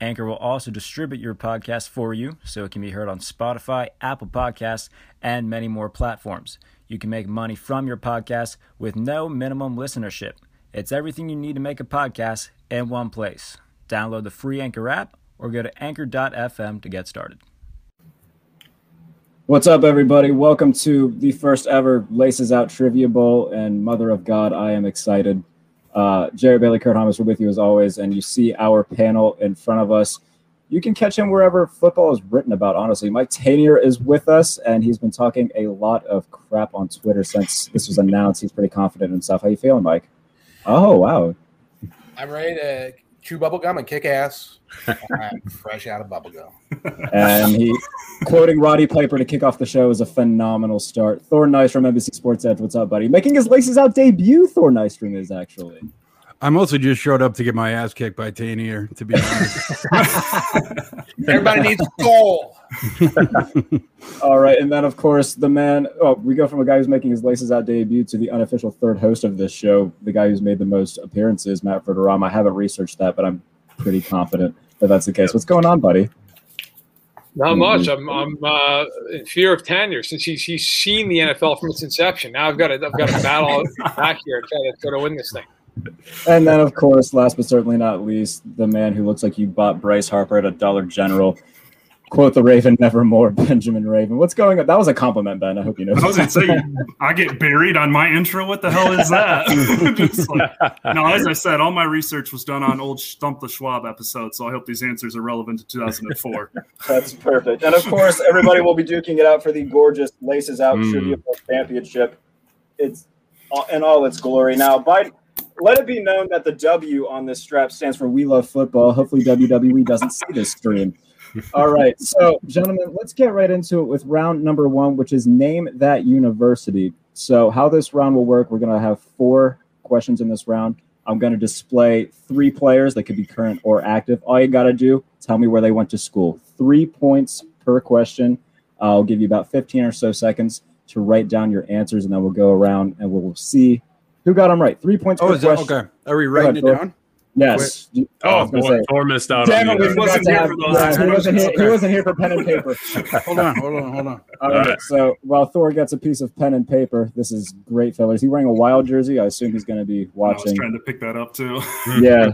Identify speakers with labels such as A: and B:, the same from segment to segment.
A: Anchor will also distribute your podcast for you, so it can be heard on Spotify, Apple Podcasts, and many more platforms. You can make money from your podcast with no minimum listenership. It's everything you need to make a podcast in one place. Download the free Anchor app or go to anchor.fm to get started. What's up, everybody? Welcome to the first ever Laces Out Trivia Bowl. And Mother of God, I am excited. Uh, Jerry Bailey, Kurt Thomas, we're with you as always. And you see our panel in front of us. You can catch him wherever football is written about, honestly. Mike Tanier is with us, and he's been talking a lot of crap on Twitter since this was announced. He's pretty confident in himself. How you feeling, Mike? Oh, wow.
B: I'm ready to chew bubble gum and kick ass. I'm fresh out of bubble gum.
A: And he, quoting Roddy Piper to kick off the show, is a phenomenal start. Thor Nice from NBC Sports Edge, what's up, buddy? Making his laces out debut. Thor Nystrom is actually.
C: I mostly just showed up to get my ass kicked by Tanier, to be honest.
B: Everybody needs a goal.
A: All right, and then of course the man. Oh, we go from a guy who's making his laces out debut to the unofficial third host of this show, the guy who's made the most appearances, Matt Verderama. I haven't researched that, but I'm pretty confident that that's the case. What's going on, buddy?
D: Mm-hmm.
E: Not much. I'm, I'm uh, in fear of tenure since he's, he's seen the NFL from its inception. Now I've got to I've got to battle back here and try to try to win this thing.
A: And then, of course, last but certainly not least, the man who looks like you bought Bryce Harper at a Dollar General. Quote the Raven, nevermore, Benjamin Raven. What's going on? That was a compliment, Ben. I hope you know.
D: I was gonna say I get buried on my intro. What the hell is that? Just like- now, as I said, all my research was done on old Stump the Schwab episode, so I hope these answers are relevant to 2004.
A: That's perfect. And of course, everybody will be duking it out for the gorgeous Laces Out Trivia Bowl Championship. It's in all its glory. Now, by let it be known that the W on this strap stands for We Love Football. Hopefully, WWE doesn't see this stream. All right, so gentlemen, let's get right into it with round number one, which is name that university. So, how this round will work? We're gonna have four questions in this round. I'm going to display three players that could be current or active. All you got to do, tell me where they went to school. Three points per question. I'll give you about 15 or so seconds to write down your answers, and then we'll go around and we'll see who got them right. Three points
C: oh,
A: per
C: is that
A: question.
C: okay? Are we writing it
A: Go ahead,
C: down?
A: Yes. I
F: Oh
A: was gonna
F: boy, Thor missed out
A: Damn it,
F: on
A: we
F: you.
A: forgot
D: wasn't
A: to
D: here
A: have-
D: for those
A: yeah, he, wasn't here, he
C: Okay.
A: wasn't here for pen and paper.
C: Hold on, hold on, hold on.
A: All right.
F: right.
A: So while Thor gets a piece of pen and paper, this is great, fellas. Is he wearing a wild jersey? I assume he's going to be
D: I was
A: watching
D: trying to pick that up too.
A: yeah,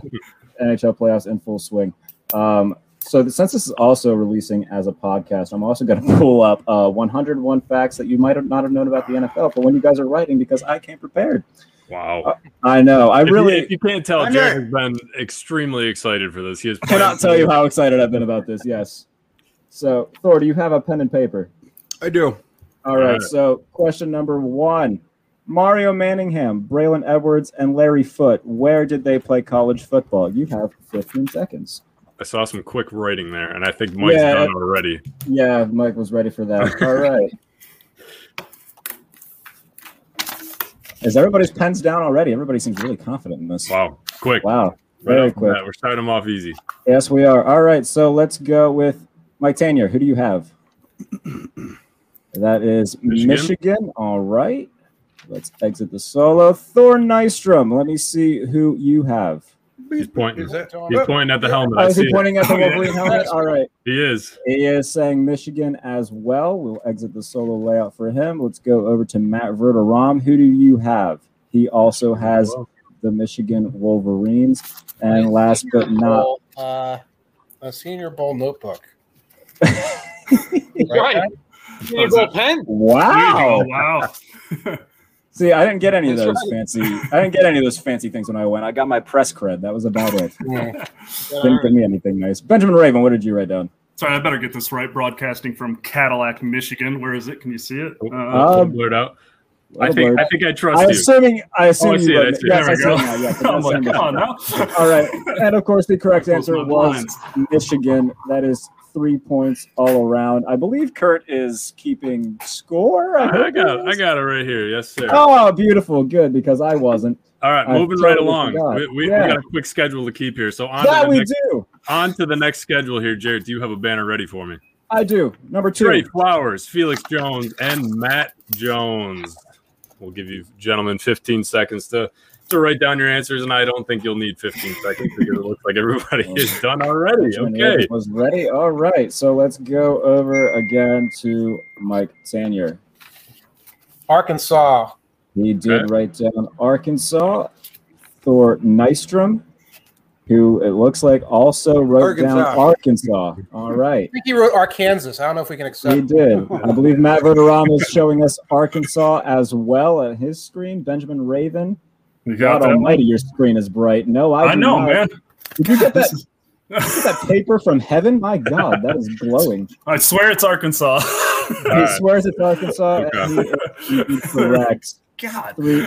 A: NHL playoffs in full swing. Um, so the, since this is also releasing as a podcast, I'm also going to pull up uh, 101 facts that you might have not have known about the NFL for when you guys are writing because I came prepared.
F: Wow.
A: I know. I
F: If you-
A: really
F: if you can't tell,
A: I'm
F: Jared has been extremely excited for this. He is
A: cannot tell you how excited I've been about this. Yes. So Thor, do you have a pen and paper?
C: I do.
A: All right.
F: Alright.
A: So question number one. Mario Manningham, Braylon Edwards, and Larry Foote. Where did they play college football? You have 15 seconds.
F: I saw some quick writing there, and I think Mike's
A: Yeah.
F: done already.
A: Yeah, Mike was ready for that. All right. Is everybody's pens down already? Everybody seems really confident in this.
F: Wow, quick.
A: Wow.
F: Right
A: Very
F: off the
A: quick.
F: bat, We're starting him off easy.
A: Yes, we are. All right. So let's go with Mike Tanier. Who do you have? That is Michigan.
F: Michigan.
A: All right. Let's exit the solo. Thor Nystrom. Let me see who you have.
F: He's pointing.
B: Is that Tom?
F: He's pointing at the helmet.
A: Oh,
F: I
A: is
F: see
A: he
F: it.
A: pointing at the
D: Oh, yeah.
A: Wolverine helmet? All right.
F: He is.
A: He is saying Michigan as well. We'll exit the solo layout for him. Let's go over to Matt Verderam. Who do you have? He also has the Michigan Wolverines. And last
B: Senior
A: but not
B: Bowl, uh, a senior bowl notebook.
E: Right. You need a gold pen.
D: Oh
A: wow.
D: wow!
A: See, I didn't get any of
E: That's
A: those
E: right.
A: fancy. I didn't get any of those fancy things when I went. I got my press cred. That was about it.
B: Yeah.
A: Didn't give me anything nice. Benjamin Raven, what did you write down?
D: Sorry, I better get this right. Broadcasting from Cadillac, Michigan. Where is it? Can you see it? Uh,
A: Uh, Um,
F: blurred out. I
A: Little
F: think.
A: blurb.
F: I think I trust
A: I
F: you.
A: assuming I assume
F: I see
A: you
F: it,
A: wrote
F: I
A: it.
F: see it.
A: Yes,
D: there
A: I
D: we
A: see it
D: go.
A: now. Yeah,
D: oh my
A: that's
D: god! Now.
A: All right. And of course, the correct
D: Close
A: answer
D: my
A: was
D: blinds.
A: Michigan. That is three points all around. I believe Kurt is keeping score.
F: I I
A: hope he
F: got, I
A: is.
F: got it right here. Yes, sir.
A: Oh, beautiful. Good, because I wasn't.
F: All right,
A: I
F: moving right
A: totally
F: along.
A: forgot.
F: We, we,
A: Yeah.
F: we got a quick schedule to keep here. So on
A: Yeah,
F: to, the
A: we
F: next,
A: do.
F: on to the next schedule here, Jared. Do you have a banner ready for me?
A: I do. Number two.
F: Trey Flowers, Felix Jones, and Matt Jones. We'll give you gentlemen 15 seconds to, to write down your answers, and I don't think you'll need 15 seconds because it looks like everybody is done already.
A: Generator
F: Okay.
A: Was ready. All right. So let's go over again to Mike Sanier.
B: Arkansas.
A: He did
F: Okay.
A: write down Arkansas. Thor Nystrom, who it looks like also wrote down Arkansas. All right.
B: I think he wrote Arkansas. I don't know if we can
A: He
B: accept.
A: did. I believe Matt Verderama is showing us Arkansas as well at his screen. Benjamin Raven.
D: You got
A: God
D: that?
A: almighty, your screen is bright. No, I,
D: I
A: do
D: know,
A: not.
D: man.
A: Did you get that,
D: This is-
A: get that paper from heaven? My God, that is glowing.
D: I swear it's Arkansas.
A: He
F: Alright.
A: swears it's Arkansas, and he is correct.
D: God.
A: Three,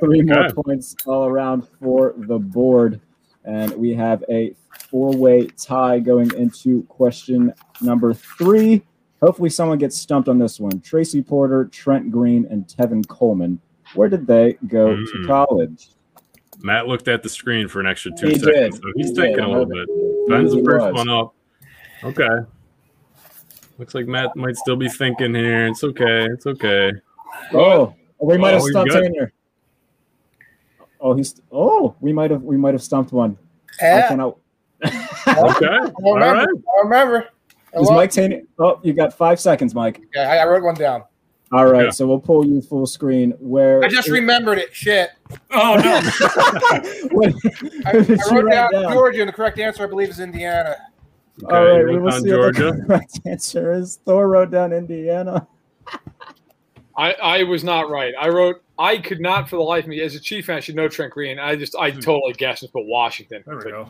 A: three more
F: Okay.
A: points all around for the board, and we have a four-way tie going into question number three. Hopefully, someone gets stumped on this one. Tracy Porter, Trent Green, and Tevin Coleman. Where did they go
F: Mm.
A: to college?
F: Matt looked at the screen for an extra two
A: He did.
F: seconds, so he's
A: He
F: thinking
A: did.
F: a little bit. Ben's the
A: He
F: first
A: was.
F: one up. Okay. Looks like Matt might still be thinking here. It's okay. It's okay.
A: Oh, we might have
F: Oh, you're
A: stumped
F: good.
A: Tanner. Oh, he's. Oh, we might have. We might have stumped one. I
B: Yeah,
A: cannot.
F: Okay.
B: I don't remember.
F: All right.
B: I don't remember. I,
A: Is
B: love-
A: Mike Tanner? Oh, you got five seconds, Mike.
B: Yeah, I I wrote one down.
A: All right,
F: Yeah.
A: so we'll pull you full screen. Where
B: I just
A: is-
B: remembered it. Shit.
D: Oh no.
A: What-
B: I, I
A: what did you
B: wrote
A: write
B: down,
A: down?
B: Georgia, and the correct answer, I believe, is Indiana.
F: Okay.
A: All right,
F: you
A: we
F: wrote
A: will
F: down
A: see what
F: Georgia.
A: the correct answer is. Thor wrote down Indiana.
E: I, I was not right. I wrote I could not for the life of me as a Chief fan I should know Trent Green. I just I totally guessed it, but Washington.
D: Hmm. There we go.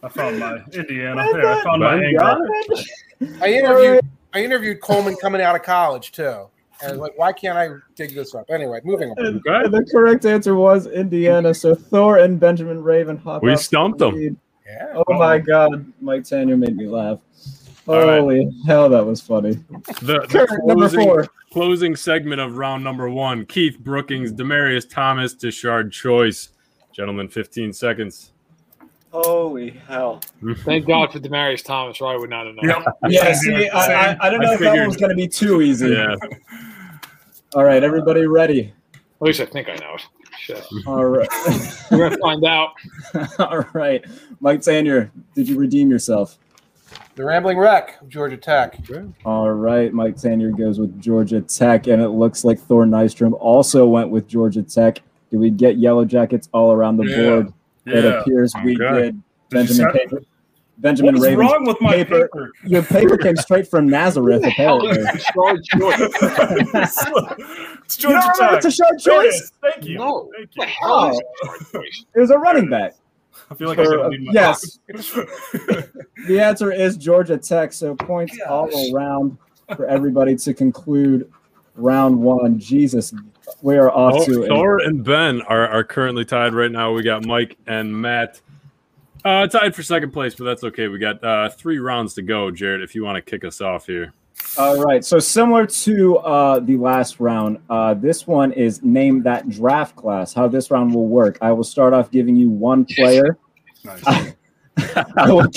D: I found my Indiana.
A: I
D: There, I
A: thought-
D: found my
F: Ben
D: angle.
B: I interviewed I interviewed Coleman coming out of college too. And I was like, why can't I dig this up? Anyway, moving on.
A: And-
F: Okay.
A: and the correct answer was Indiana. So Thor and Benjamin Raven hop
F: We
A: up
F: stumped
A: to the
F: them.
A: lead.
B: Yeah.
A: Oh my God, Mike Tanner made me laugh.
F: All right.
A: Holy hell, that was funny.
F: The, the
A: Kurt, number
F: closing-
A: four.
F: closing segment of round number one Keith Brookings, Demarius Thomas, Deshard Choice. Gentlemen, 15 seconds.
A: Holy hell.
E: Thank God for Demarius Thomas, or I would not have known.
D: Yep.
A: Yeah,
D: Same
A: see,
D: here.
A: I, I, I don't
F: I
A: know if that
F: figured-
A: one was going to be too easy.
F: Yeah.
A: All right, everybody ready?
E: At least I think I know it. Shit.
A: All right.
E: We're gonna find out.
A: All right. Mike Tanner, did you redeem yourself?
B: The Rambling Wreck of Georgia Tech.
A: All right, Mike Tanier goes with Georgia Tech, and it looks like Thor Nystrom also went with Georgia Tech. Do we get Yellow Jackets all around the
D: Yeah.
A: board? It
D: Yeah. Oh
A: appears we
F: Okay.
A: did.
D: Did you
A: Benjamin
D: set-
A: Paper. Benjamin
D: What is
A: Ravens.
D: wrong with my
A: paper.
D: paper?
A: Your paper came straight from Nazareth,
E: Hell,
A: apparently.
E: Deshard Choice.
D: it's
A: You
D: Georgia
A: don't remember
D: Tech.
A: it's a short
D: There it
A: choice?
D: is. Thank you.
E: No.
D: Thank
E: The
D: you.
E: hell is Deshard Choice?
A: It was a running back.
D: I feel like I
A: For-
D: gotta leave my
A: yes, the answer is Georgia Tech. So points all
E: Gosh.
A: around for everybody to conclude round one. Jesus, we are off
F: Oh,
A: to a-
F: Thor and Ben are, are currently tied right now. We got Mike and Matt uh, tied for second place, but that's okay. We got uh, three rounds to go, Jared, if you want to kick us off here.
A: All right. So similar to uh, the last round, uh, this one is name that draft class. How this round will work? I will start off giving you one player.
D: Nice.
A: I will,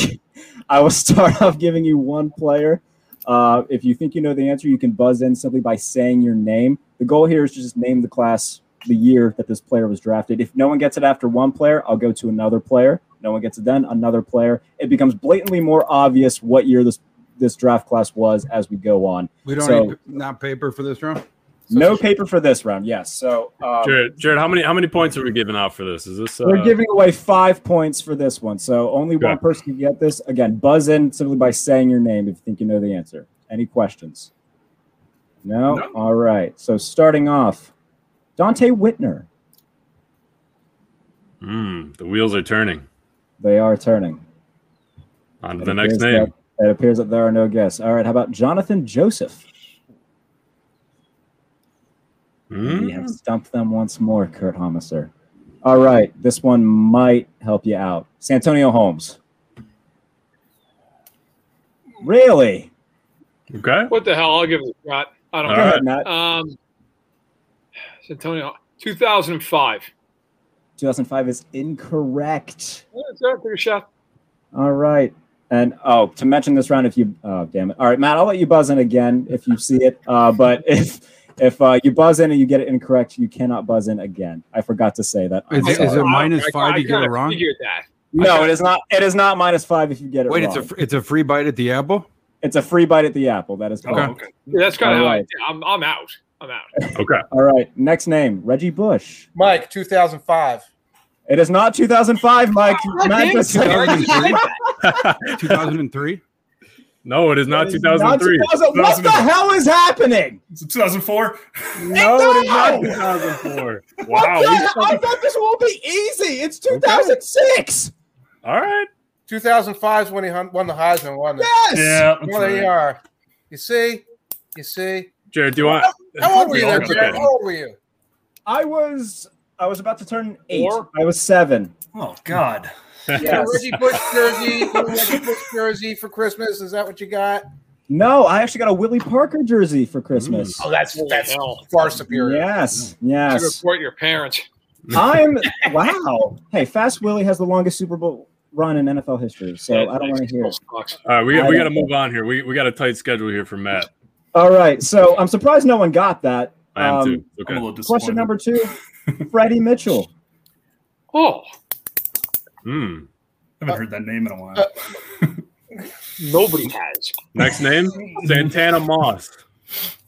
A: I will start off giving you one player. Uh, if you think you know the answer, you can buzz in simply by saying your name. The goal here is to just name the class, the year that this player was drafted. If no one gets it after one player, I'll go to another player. No one gets it then, another player. It becomes blatantly more obvious what year this this draft class was as we go on.
C: We don't
A: So-
C: need p- not paper for this round.
A: No paper for this round. Yes. So um,
F: Jared, Jared, how many how many points are we giving out for this? Is this uh,
A: we're giving away five points for this one. So only one
F: Okay.
A: person can get this. Again, buzz in simply by saying your name if you think you know the answer. Any questions? No?
D: No.
A: All right. So starting off, Dante Whitner.
F: Mm, the wheels are turning?
A: They are turning.
F: On to
A: It
F: the next
A: appears
F: name.
A: that- it appears that there are no guests. All right. How about Jonathan Joseph?
F: Mm,
A: We have stumped them once more, Kurt Homiser. All right. This one might help you out. Santonio Holmes. Really?
F: Okay.
E: What the hell? I'll give it a shot. I don't
F: All
A: Go
E: know.
A: ahead, Matt.
E: Um, Santonio, 2005.
A: 2005 is incorrect.
E: Yeah, so Take a shot.
A: All right. And oh, to mention this round, if you, oh, damn it. All right, Matt, I'll let you buzz in again if you see it. Uh, but if if uh, you buzz in and you get it incorrect, you cannot buzz in again. I forgot to say that. I'm
C: Is it-
A: sorry.
C: is it minus
E: I- I
C: five to get it
E: kinda
C: wrong?
E: Figured that.
A: no, it is not. It is not minus five if you get it
C: Wait,
A: wrong.
C: it's a fr- it's a free bite at the apple.
A: It's a free bite at the apple. That is
D: Oh,
A: correct.
D: okay.
E: Yeah, that's kind
A: All
E: of
A: right.
E: how I, I'm, I'm out. I'm out.
F: Okay.
A: All right. Next name, Reggie Bush.
B: Mike, 2005.
A: It is not 2005, Mike. Matt just said it.
C: Two thousand and three.
F: No, it is not
A: It is
F: 2003.
A: 2000. What the hell is happening?
D: Is it 2004?
A: No, it is not.
F: 2004.
A: What
F: Wow.
A: the
F: we
A: hell? I
F: fucking-
A: thought this will be easy. It's 2006.
F: All right.
B: 2005 is when he hun- won the Heisman, wasn't it?
A: Yes.
D: Yeah. that's
B: Well, there you
D: right.
B: are. You see? You see?
F: Jared, do you want?
B: How old were you there,
F: Okay.
B: Jared? How old were you?
A: I was I was about to turn eight.
E: Four?
A: I was seven.
D: Oh God.
B: Yeah,
A: Yes.
B: Reggie Bush jersey, Reggie Bush jersey for Christmas. Is that what you got?
A: No, I actually got a Willie Parker jersey for Christmas.
B: Oh, that's
E: Holy
B: that's
E: hell.
B: far superior.
A: Yes.
E: You
A: Yes.
E: report your parents.
A: I'm wow. Hey, Fast Willie has the longest Super Bowl run in NFL history, so I don't want to hear. It.
E: Sucks.
F: All right, we got
A: I
F: we got
A: don't
F: to move on here. We we got a tight schedule here for Matt.
A: All right, so I'm surprised no one got that.
F: I am
A: Um,
F: too. It's
D: I'm a
F: Okay.
D: little disappointed.
A: Question number two: Freddie Mitchell.
E: Oh,
F: Hmm.
D: I haven't heard that name in a while.
B: Uh,
E: nobody has.
F: Next name Santana Moss.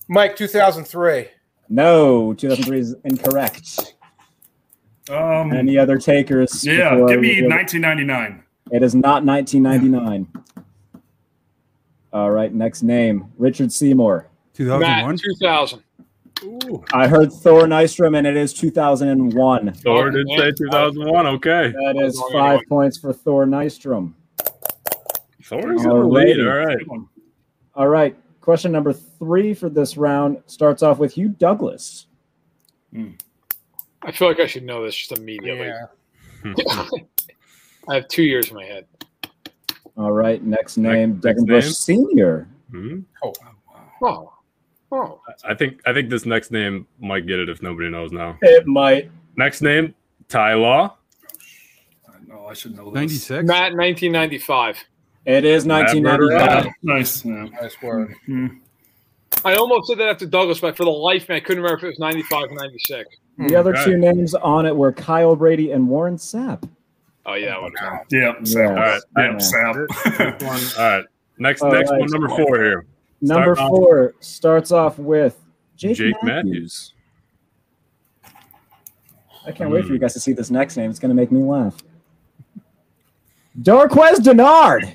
B: Mike, 2003.
A: No, 2003 is incorrect.
D: um,
A: Any other takers?
D: yeah,
A: before I
D: give me
A: reveal-
D: 1999.
A: It is not 1999. All right, next name Richard Seymour.
C: Two thousand
E: Matt,
C: one.
E: 2000.
A: I heard Thor Nystrom, and it is 2001.
F: Thor did say 2001. Okay.
A: That is five points for Thor Nystrom.
F: Thor is in the lead. All right.
D: Good one.
A: All right, question number three for this round starts off with Hugh Douglas.
E: I feel like I should know this just immediately.
B: Yeah.
E: I have two years in my head.
A: All right, next name
F: Next-
A: Devin
F: next
A: Bush Senior.
F: Hmm.
E: Oh, oh.
F: I think I think this next name might get it if nobody knows now.
A: It might.
F: Next name Ty Law.
D: I know Oh, I should know this.
C: Ninety six.
E: Matt, 1995.
A: It is
F: Matt
A: 1995.
F: Bergeron.
D: Nice. Yeah.
B: Nice word.
D: Mm.
E: I almost said that after Douglas, but for the life of me, I couldn't remember if it was 95 or 96.
A: The other
F: Okay.
A: two names on it were Kyle Brady and Warren Sapp.
E: Oh, yeah. That one.
D: Yeah. Sap.
F: All right.
D: Yeah.
A: Yeah.
D: Sap.
F: All right. Next
A: All
F: next
A: right.
F: one number four here.
A: Number
F: Start off-
A: four starts off with Jake,
F: Jake
A: Matthews. I can't wait
F: Hmm.
A: for you guys to see this next name. It's going to make me laugh. Darquez Denard.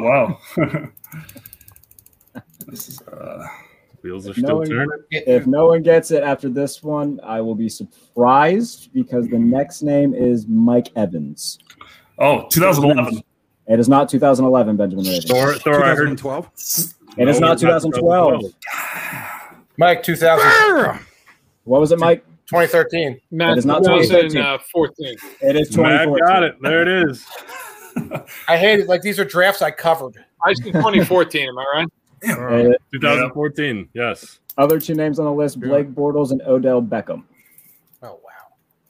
D: wow. this is. Uh,
F: Wheels are
A: No
F: still
A: one-
F: turning.
A: If no one gets it after this one, I will be surprised because the next name is Mike Evans.
D: oh, 2011.
A: It is not 2011, Benjamin Raven.
F: Thor, Thor, I heard.
C: 2012.
A: It is
F: No,
A: not
F: it's not
A: 2012.
B: Mike, 2000,
A: What was it, Mike?
B: 2013.
E: Matt,
A: is not
E: 2014.
A: It is
F: Matt
A: 2014.
F: got it. There it is.
B: I hate it. Like these are drafts I covered.
E: I said 2014. Am I right?
A: Uh,
F: 2014. Yes.
A: other two names on the list: Blake Bortles and Odell Beckham.
B: Oh wow.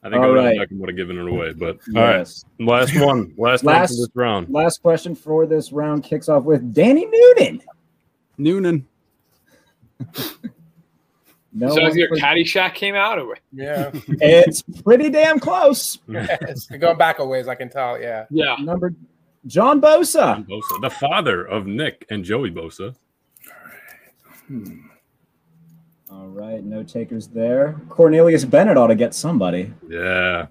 F: I think
A: All
F: I would
A: right.
F: have would have given it away, but all right. Last one. Last, one
A: Last-
F: for this round.
A: Last question for this round kicks off with Danny Noonan.
C: Noonan.
A: No,
E: so that was your
A: one-
E: Caddyshack came out? Or...
B: Yeah.
A: it's pretty damn close.
B: It's going back a ways, I can tell. Yeah.
E: Yeah.
A: Number John Bosa.
F: Bosa, the father of Nick and Joey Bosa.
A: All right, no takers there. Cornelius Bennett ought to get somebody.
F: Yeah.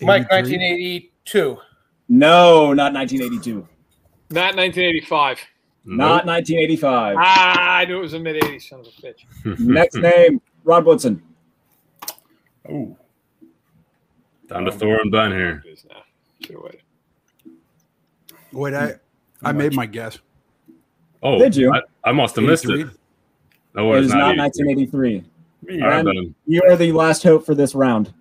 B: Mike,
C: 83.
B: 1982.
A: No, not 1982.
E: Matt, 1985.
A: Not 1985.
E: Ah, I knew it was a mid 80s, son of a bitch.
F: Nope.
A: Next name, Rod Woodson.
D: Oh,
F: Down to Thor and Ben here.
E: It is now. Should have waited.
C: Wait, I I made my guess.
F: Oh,
A: Did you?
F: I, I must have missed it.
C: 83.
F: No,
A: It
F: it's
A: is not
F: not
A: 1983.
F: All right,
A: Ben.
F: Ben.
A: You are the last hope for this round.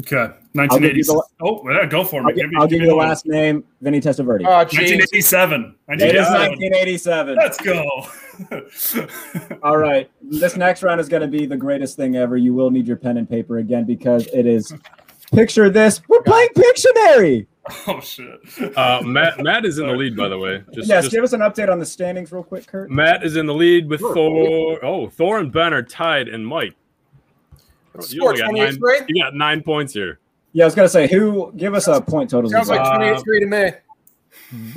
D: Okay.
A: I'll give you
D: 1980.
A: the-
D: oh, yeah, go for
A: I'll
D: me.
A: gi- I'll give you the last name, Vinny Testaverde.
B: Oh, jeez.
D: 1987.
A: It is
D: 1987.
A: 1987.
D: Let's go.
A: All right. This next round is going to be the greatest thing ever. You will need your pen and paper again because it is picture this. We're playing Pictionary.
D: oh shit.
F: Uh, Matt Matt is in the lead, by the way. Just,
A: yes,
F: just-
A: give us an update on the standings real quick, Kurt.
F: Matt is in the lead with Thor. Oh, Thor and Ben are tied, and Mike. You
B: Score
F: only got
B: 28th
F: nine,
B: grade?
F: you got nine points here.
A: Yeah, I was going to say, who give us a point total.
B: Sounds like
F: Uh,
B: 28th grade to me.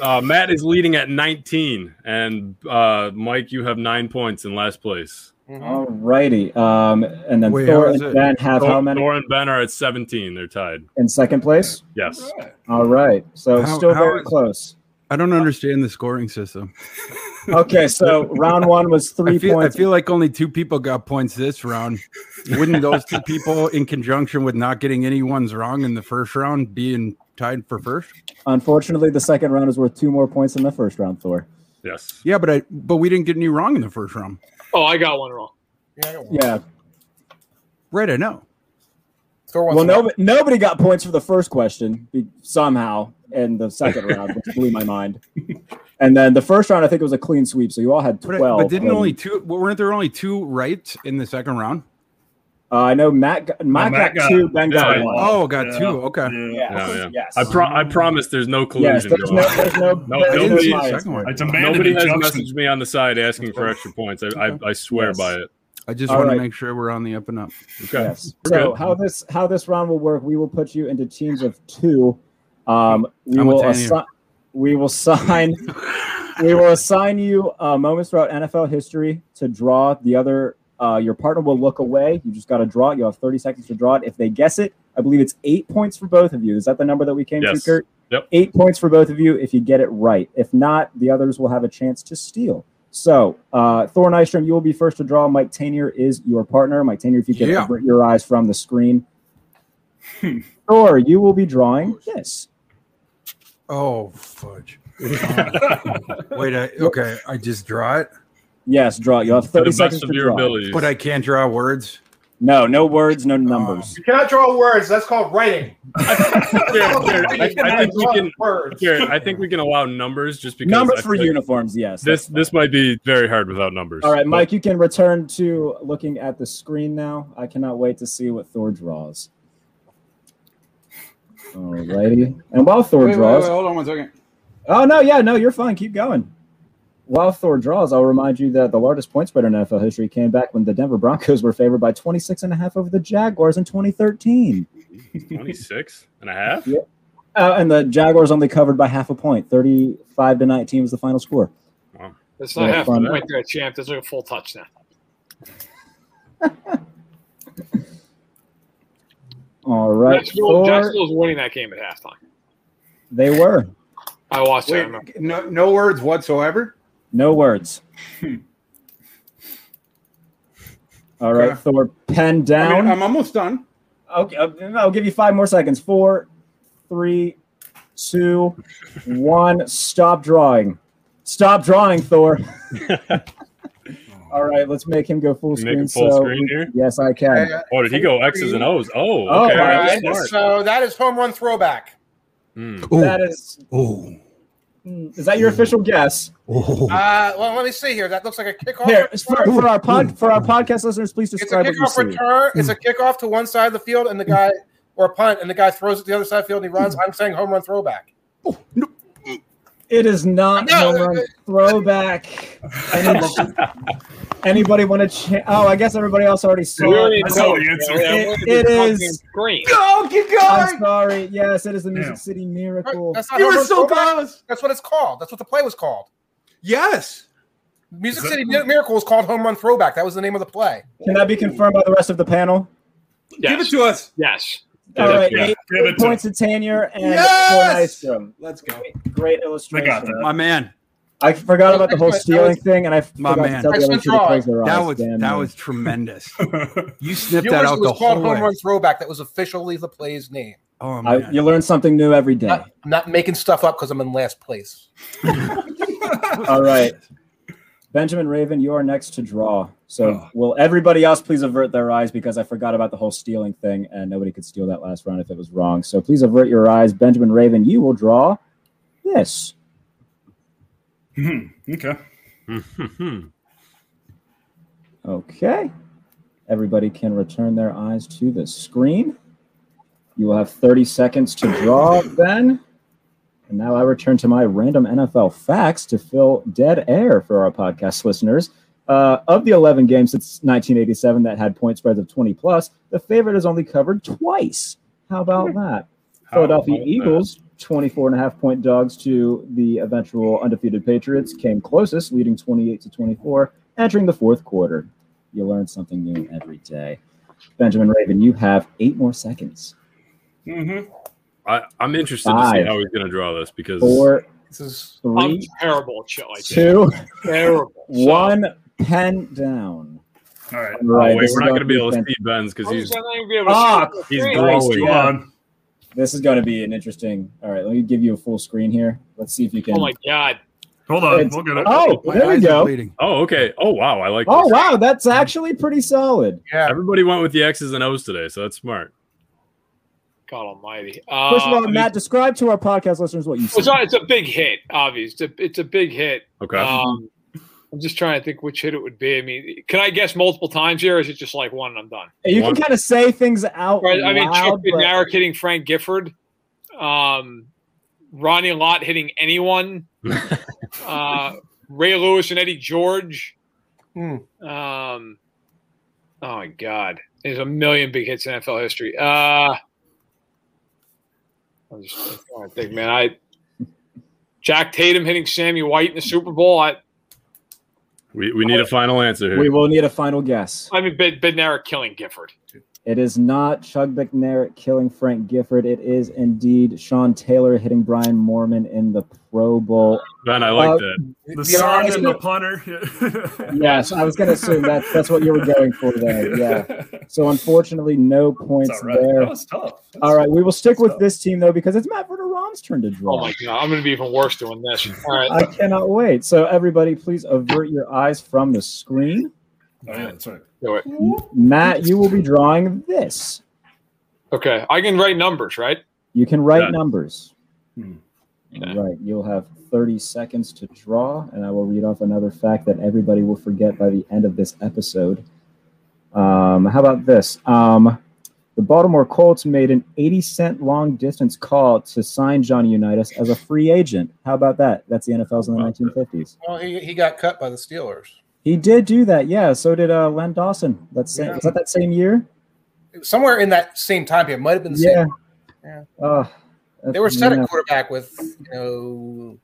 F: Uh, Matt is leading at 19, and uh, Mike, you have nine points in last place.
A: Uh, All righty. Um, and then
C: Wait,
A: Thor
C: how
A: and
C: is it?
A: Ben have how
F: Thor,
A: many
F: Thor and Ben are at 17. They're tied.
A: in second place?
F: Yes.
A: All right. So
C: How-
A: still
C: how
A: very
C: is-
A: close.
C: I don't understand the scoring system.
A: Okay, so round one was three
C: I feel, I
A: points.
C: feel like only two people got points this round. Wouldn't those two people, in conjunction with not getting any ones wrong in the first round, being tied for first?
A: Unfortunately, the second round is worth two more points than the first round, Thor.
F: Yes.
C: Yeah, but I but we didn't get any wrong in the first round.
E: Oh, I got one wrong.
B: Yeah, I got one.
A: Yeah.
C: Right, I know.
B: Throw one
A: Well,
B: slot.
A: no, nobody got points for the first question be- somehow in the second round, which blew my mind. And then the first round, I think it was a clean sweep, so you all had
C: But, I-
A: twelve.
C: but didn't
A: and,
C: only two well, weren't there only two right in the second round?
A: Uh, I know Matt. Got, Matt,
D: Matt
A: got,
D: got-
A: two. Ben got
F: Yeah.
A: one.
C: Oh, got
D: Yeah.
C: two. Okay.
D: Yeah.
A: yes.
F: Yeah, yeah.
A: yes.
F: I pro- I promise there's no
A: yes.
F: collusion
A: There's
F: going
A: no.
F: on.
A: There's no.
F: No,
A: there's
F: nobody-
A: bias.
C: second one.
D: I demanded
F: Nobody has
D: injunctions.
F: messaged me on the side asking for extra points. I, I, I swear
A: Yes.
F: by it.
C: I just
A: All
C: want
A: right.
C: to make sure we're on the up and up.
F: Okay.
A: Yes.
F: We're
A: So
F: good.
A: how this how this round will work? We will put you into teams of two. Um, we
C: I'm with
A: will
C: Daniel.
A: assign. We will sign. we will assign you uh, moments throughout NFL history to draw. The other, uh, your partner will look away. You just got to draw it. You have 30 seconds to draw it. If they guess it, I believe it's eight points for both of you. Is that the number that we came
F: Yes.
A: to, Kurt?
F: Yep.
A: Eight points for both of you if you get it right. If not, the others will have a chance to steal. So, uh, Thor Nystrom, you will be first to draw. Mike Tanier is your partner. Mike Tanier, if you could
C: Yeah.
A: avert your eyes from the screen. Thor, you will be drawing this.
C: Oh fudge. Wait, I, okay. I just draw it,
A: Yes, draw. it. You'll have
F: To
A: 30
F: the
A: seconds
F: best
A: to
F: of your
A: draw.
F: abilities.
C: but I can't draw words.
A: No, no words,
F: Um,
A: no numbers.
G: You cannot draw words. That's called writing.
F: Jared, Jared, I,
G: You cannot
F: I think we
G: draw
F: can.
G: words.
F: Jared, I think we can allow numbers just because
A: numbers
F: I
A: for
F: feel like
A: uniforms, yes.
F: This this might be very hard without numbers.
A: All right, Mike, you can return to looking at the screen now. I cannot wait to see what Thor draws. All righty. And while Thor draws.
C: hold on one second.
A: Oh no, yeah, no, you're fine. Keep going. While Thor draws, I'll remind you that the largest point spread in NFL history came back when the Denver Broncos were favored by 26 and a half over the Jaguars in 2013.
F: 26 and a half?
A: Yeah. Uh, and the Jaguars only covered by half a point. 35 to 19 was the final score.
E: That's not
A: Yeah,
E: half a
A: fun.
E: point there, champ. That's like a full touchdown.
A: All right.
E: Jacksonville,
A: Thor,
E: Jacksonville's winning that game at halftime.
A: they were.
E: I watched that. I
C: Wait,
E: remember.
C: no, no words whatsoever.
A: No words. Hmm. All right,
C: Okay.
A: Thor, pen
C: I
A: down.
C: mean, I'm almost done.
A: Okay, I'll I'll give you five more seconds. Four, three, two, one. Stop drawing. Stop drawing, Thor. All right, let's make him go full
F: Make
A: screen.
F: it full
A: so
F: screen here?
A: yes, I can.
C: Uh,
B: Yeah.
F: Oh, did he go X's and O's?
A: Oh,
F: Oh, okay.
A: all
B: All
F: that's
B: right,
F: smart.
B: so that is home run throwback.
F: Hmm.
A: That is Hmm,
C: oh,
A: is that your official guess?
C: oh.
B: Uh, well, let me see here. That looks like a kickoff.
A: Here, for,
B: return.
A: for our pod, for our podcast listeners, please
B: It's a
A: describe what you
B: kickoff
A: see.
B: return. It's a kickoff to one side of the field, and the guy or a punt, and the guy throws it to the other side of the field, and he runs. I'm saying home run throwback.
A: It is not
B: No,
A: home run
B: it-
A: throwback. Anybody, anybody want to? Cha- oh, I guess everybody else already saw.
E: We
A: it.
E: already
D: that's
E: know
D: all the
E: it,
D: answer.
E: yeah,
A: It-
E: we're gonna
A: it
E: be fucking
A: is-
E: green.
G: Go,
C: oh,
G: keep
A: I'm
G: going.
A: sorry. Yes, it is the Music
D: Damn.
A: City Miracle.
B: That's not
G: You
B: home
G: were
B: run
G: so
B: throwback.
G: close.
B: That's what it's called. That's what the play was called.
C: Yes.
B: Music
D: Is that-
B: City Miracle was called home run throwback. That was the name of the play.
A: Can that be confirmed by the rest of the panel?
C: Give
E: Yes.
C: it to us.
E: yes.
A: All right,
F: yeah.
A: eight,
D: Give
A: eight
D: it to
A: points to Tanier and
C: Yes!
A: Cole Nystrom.
C: Let's go.
A: Great
D: They
A: illustration.
D: got that.
C: My man.
A: I forgot about the whole
B: That was-
A: stealing thing, and I
C: My
A: forgot
C: man.
A: to tell the other
B: Excellent
A: two to close their eyes.
C: That was
A: Damn
C: that
A: it.
C: was tremendous. You
B: Yours
C: snipped that out
B: was
C: the
B: called
C: whole
B: home
C: way.
B: run throwback. That was officially the play's name.
C: Oh
A: I-
C: man.
A: you learn something new every day.
B: Not, I'm not making stuff up because I'm in last place.
A: All right. Benjamin Raven, you are next to draw. So will everybody else please avert their eyes because I forgot about the whole stealing thing and nobody could steal that last round if it was wrong. So please avert your eyes. Benjamin Raven, you will draw this.
D: Hmm, okay.
F: Hmm.
A: Okay. Everybody can return their eyes to the screen. You will have 30 seconds to draw then. And now I return to my random NFL facts to fill dead air for our podcast listeners. Uh, of the 11 games since 1987 that had point spreads of 20 plus, the favorite is only covered twice. How about that?
F: How
A: Philadelphia
F: about that?
A: Eagles, 24 and a half point dogs to the eventual undefeated Patriots, came closest, leading 28 to 24, entering the fourth quarter. You learn something new every day. Benjamin Raven, you have eight more seconds.
D: Mm-hmm.
F: I, I'm interested to
A: Five.
F: see how he's going to draw this because
A: Four,
B: This is
E: I'm
A: three,
E: terrible at shit like that.
A: two,
E: Terrible. So,
A: one, pen down.
D: All right.
A: All right,
F: Oh, wait,
A: this is
F: we're not going to be able to
A: defense.
F: see Ben's
A: Oh,
F: because
E: I'm just
F: he's
E: not even gonna be able to
A: Ah,
E: see the
F: he's
E: screen.
F: blowing.
D: Go
A: yeah.
D: on.
A: This is going to be an interesting. All right, let me give you a full screen here. Let's see if you can.
E: Oh my god.
D: Hold on.
A: It's-
D: We'll get it.
A: Oh,
C: My
A: there we
C: eyes are
A: go.
C: bleeding.
F: Oh, okay. Oh, wow. I like
A: Oh
F: this.
A: wow, that's actually pretty solid.
B: yeah.
F: Everybody went with the X's and O's today, so that's smart.
E: God almighty. Uh,
A: First of all,
E: I mean,
A: Matt, describe to our podcast listeners what you
E: It's
A: see.
E: a, it's a big hit, obviously. It's a, it's a big hit.
F: Okay.
A: Uh,
E: Um, I'm just trying to think which hit it would be. I mean, can I guess multiple times here, or is it just like one and I'm done?
A: You
F: One-
A: can kind of say things out
E: Right, I mean, Chip
A: loud. but-
E: Bednarik hitting Frank Gifford, um, Ronnie Lott hitting anyone, uh, Ray Lewis and Eddie George.
B: Hmm.
E: Um, oh my God, there's a million big hits in NFL history. Uh, I'm just I'm trying to think, man. I Jack Tatum hitting Sammy White in the Super Bowl. I,
F: We, we need a final answer here.
A: we will need a final guess.
E: I mean, Bed- Bednarik killing Gifford.
A: It is not Chug McNarrett killing Frank Gifford. It is indeed Sean Taylor hitting Brian Mormon in the Pro Bowl.
F: ben, I like
A: Uh,
F: that.
D: The
A: Yeah,
D: sun
A: I
D: and the
A: see.
D: punter. Yeah.
A: Yes, I was going to assume that's that's what you were going for there. Yeah. So unfortunately, no points
D: That's all right.
A: there.
D: That was tough.
A: All right, we will stick with
D: tough.
A: this team though because it's Matt Verderam's turn to
E: Oh
A: draw.
E: my God, I'm going to be even worse doing this. All right.
A: I cannot wait. So everybody, please avert your eyes from the screen.
D: Oh, yeah, that's right.
E: Do it.
A: Matt, you will be drawing this.
E: Okay. I can write numbers, right?
A: You can write
F: Yeah.
A: numbers.
D: Hmm.
E: Okay.
A: Right. You'll have 30 seconds to draw, and I will read off another fact that everybody will forget by the end of this episode. Um, how about this? Um, the Baltimore Colts made an 80 cent long distance call to sign Johnny Unitas as a free agent. How about that? That's the NFL's in the 1950s.
B: Well, he, he got cut by the Steelers.
A: He did do that. Yeah. So did uh, Len Dawson. That's same,
B: Yeah.
A: was that that same year?
B: Somewhere in that same time period, might have been the
A: Yeah.
B: same. Yeah.
A: Uh,
B: They were set
A: yeah.
B: at quarterback with you know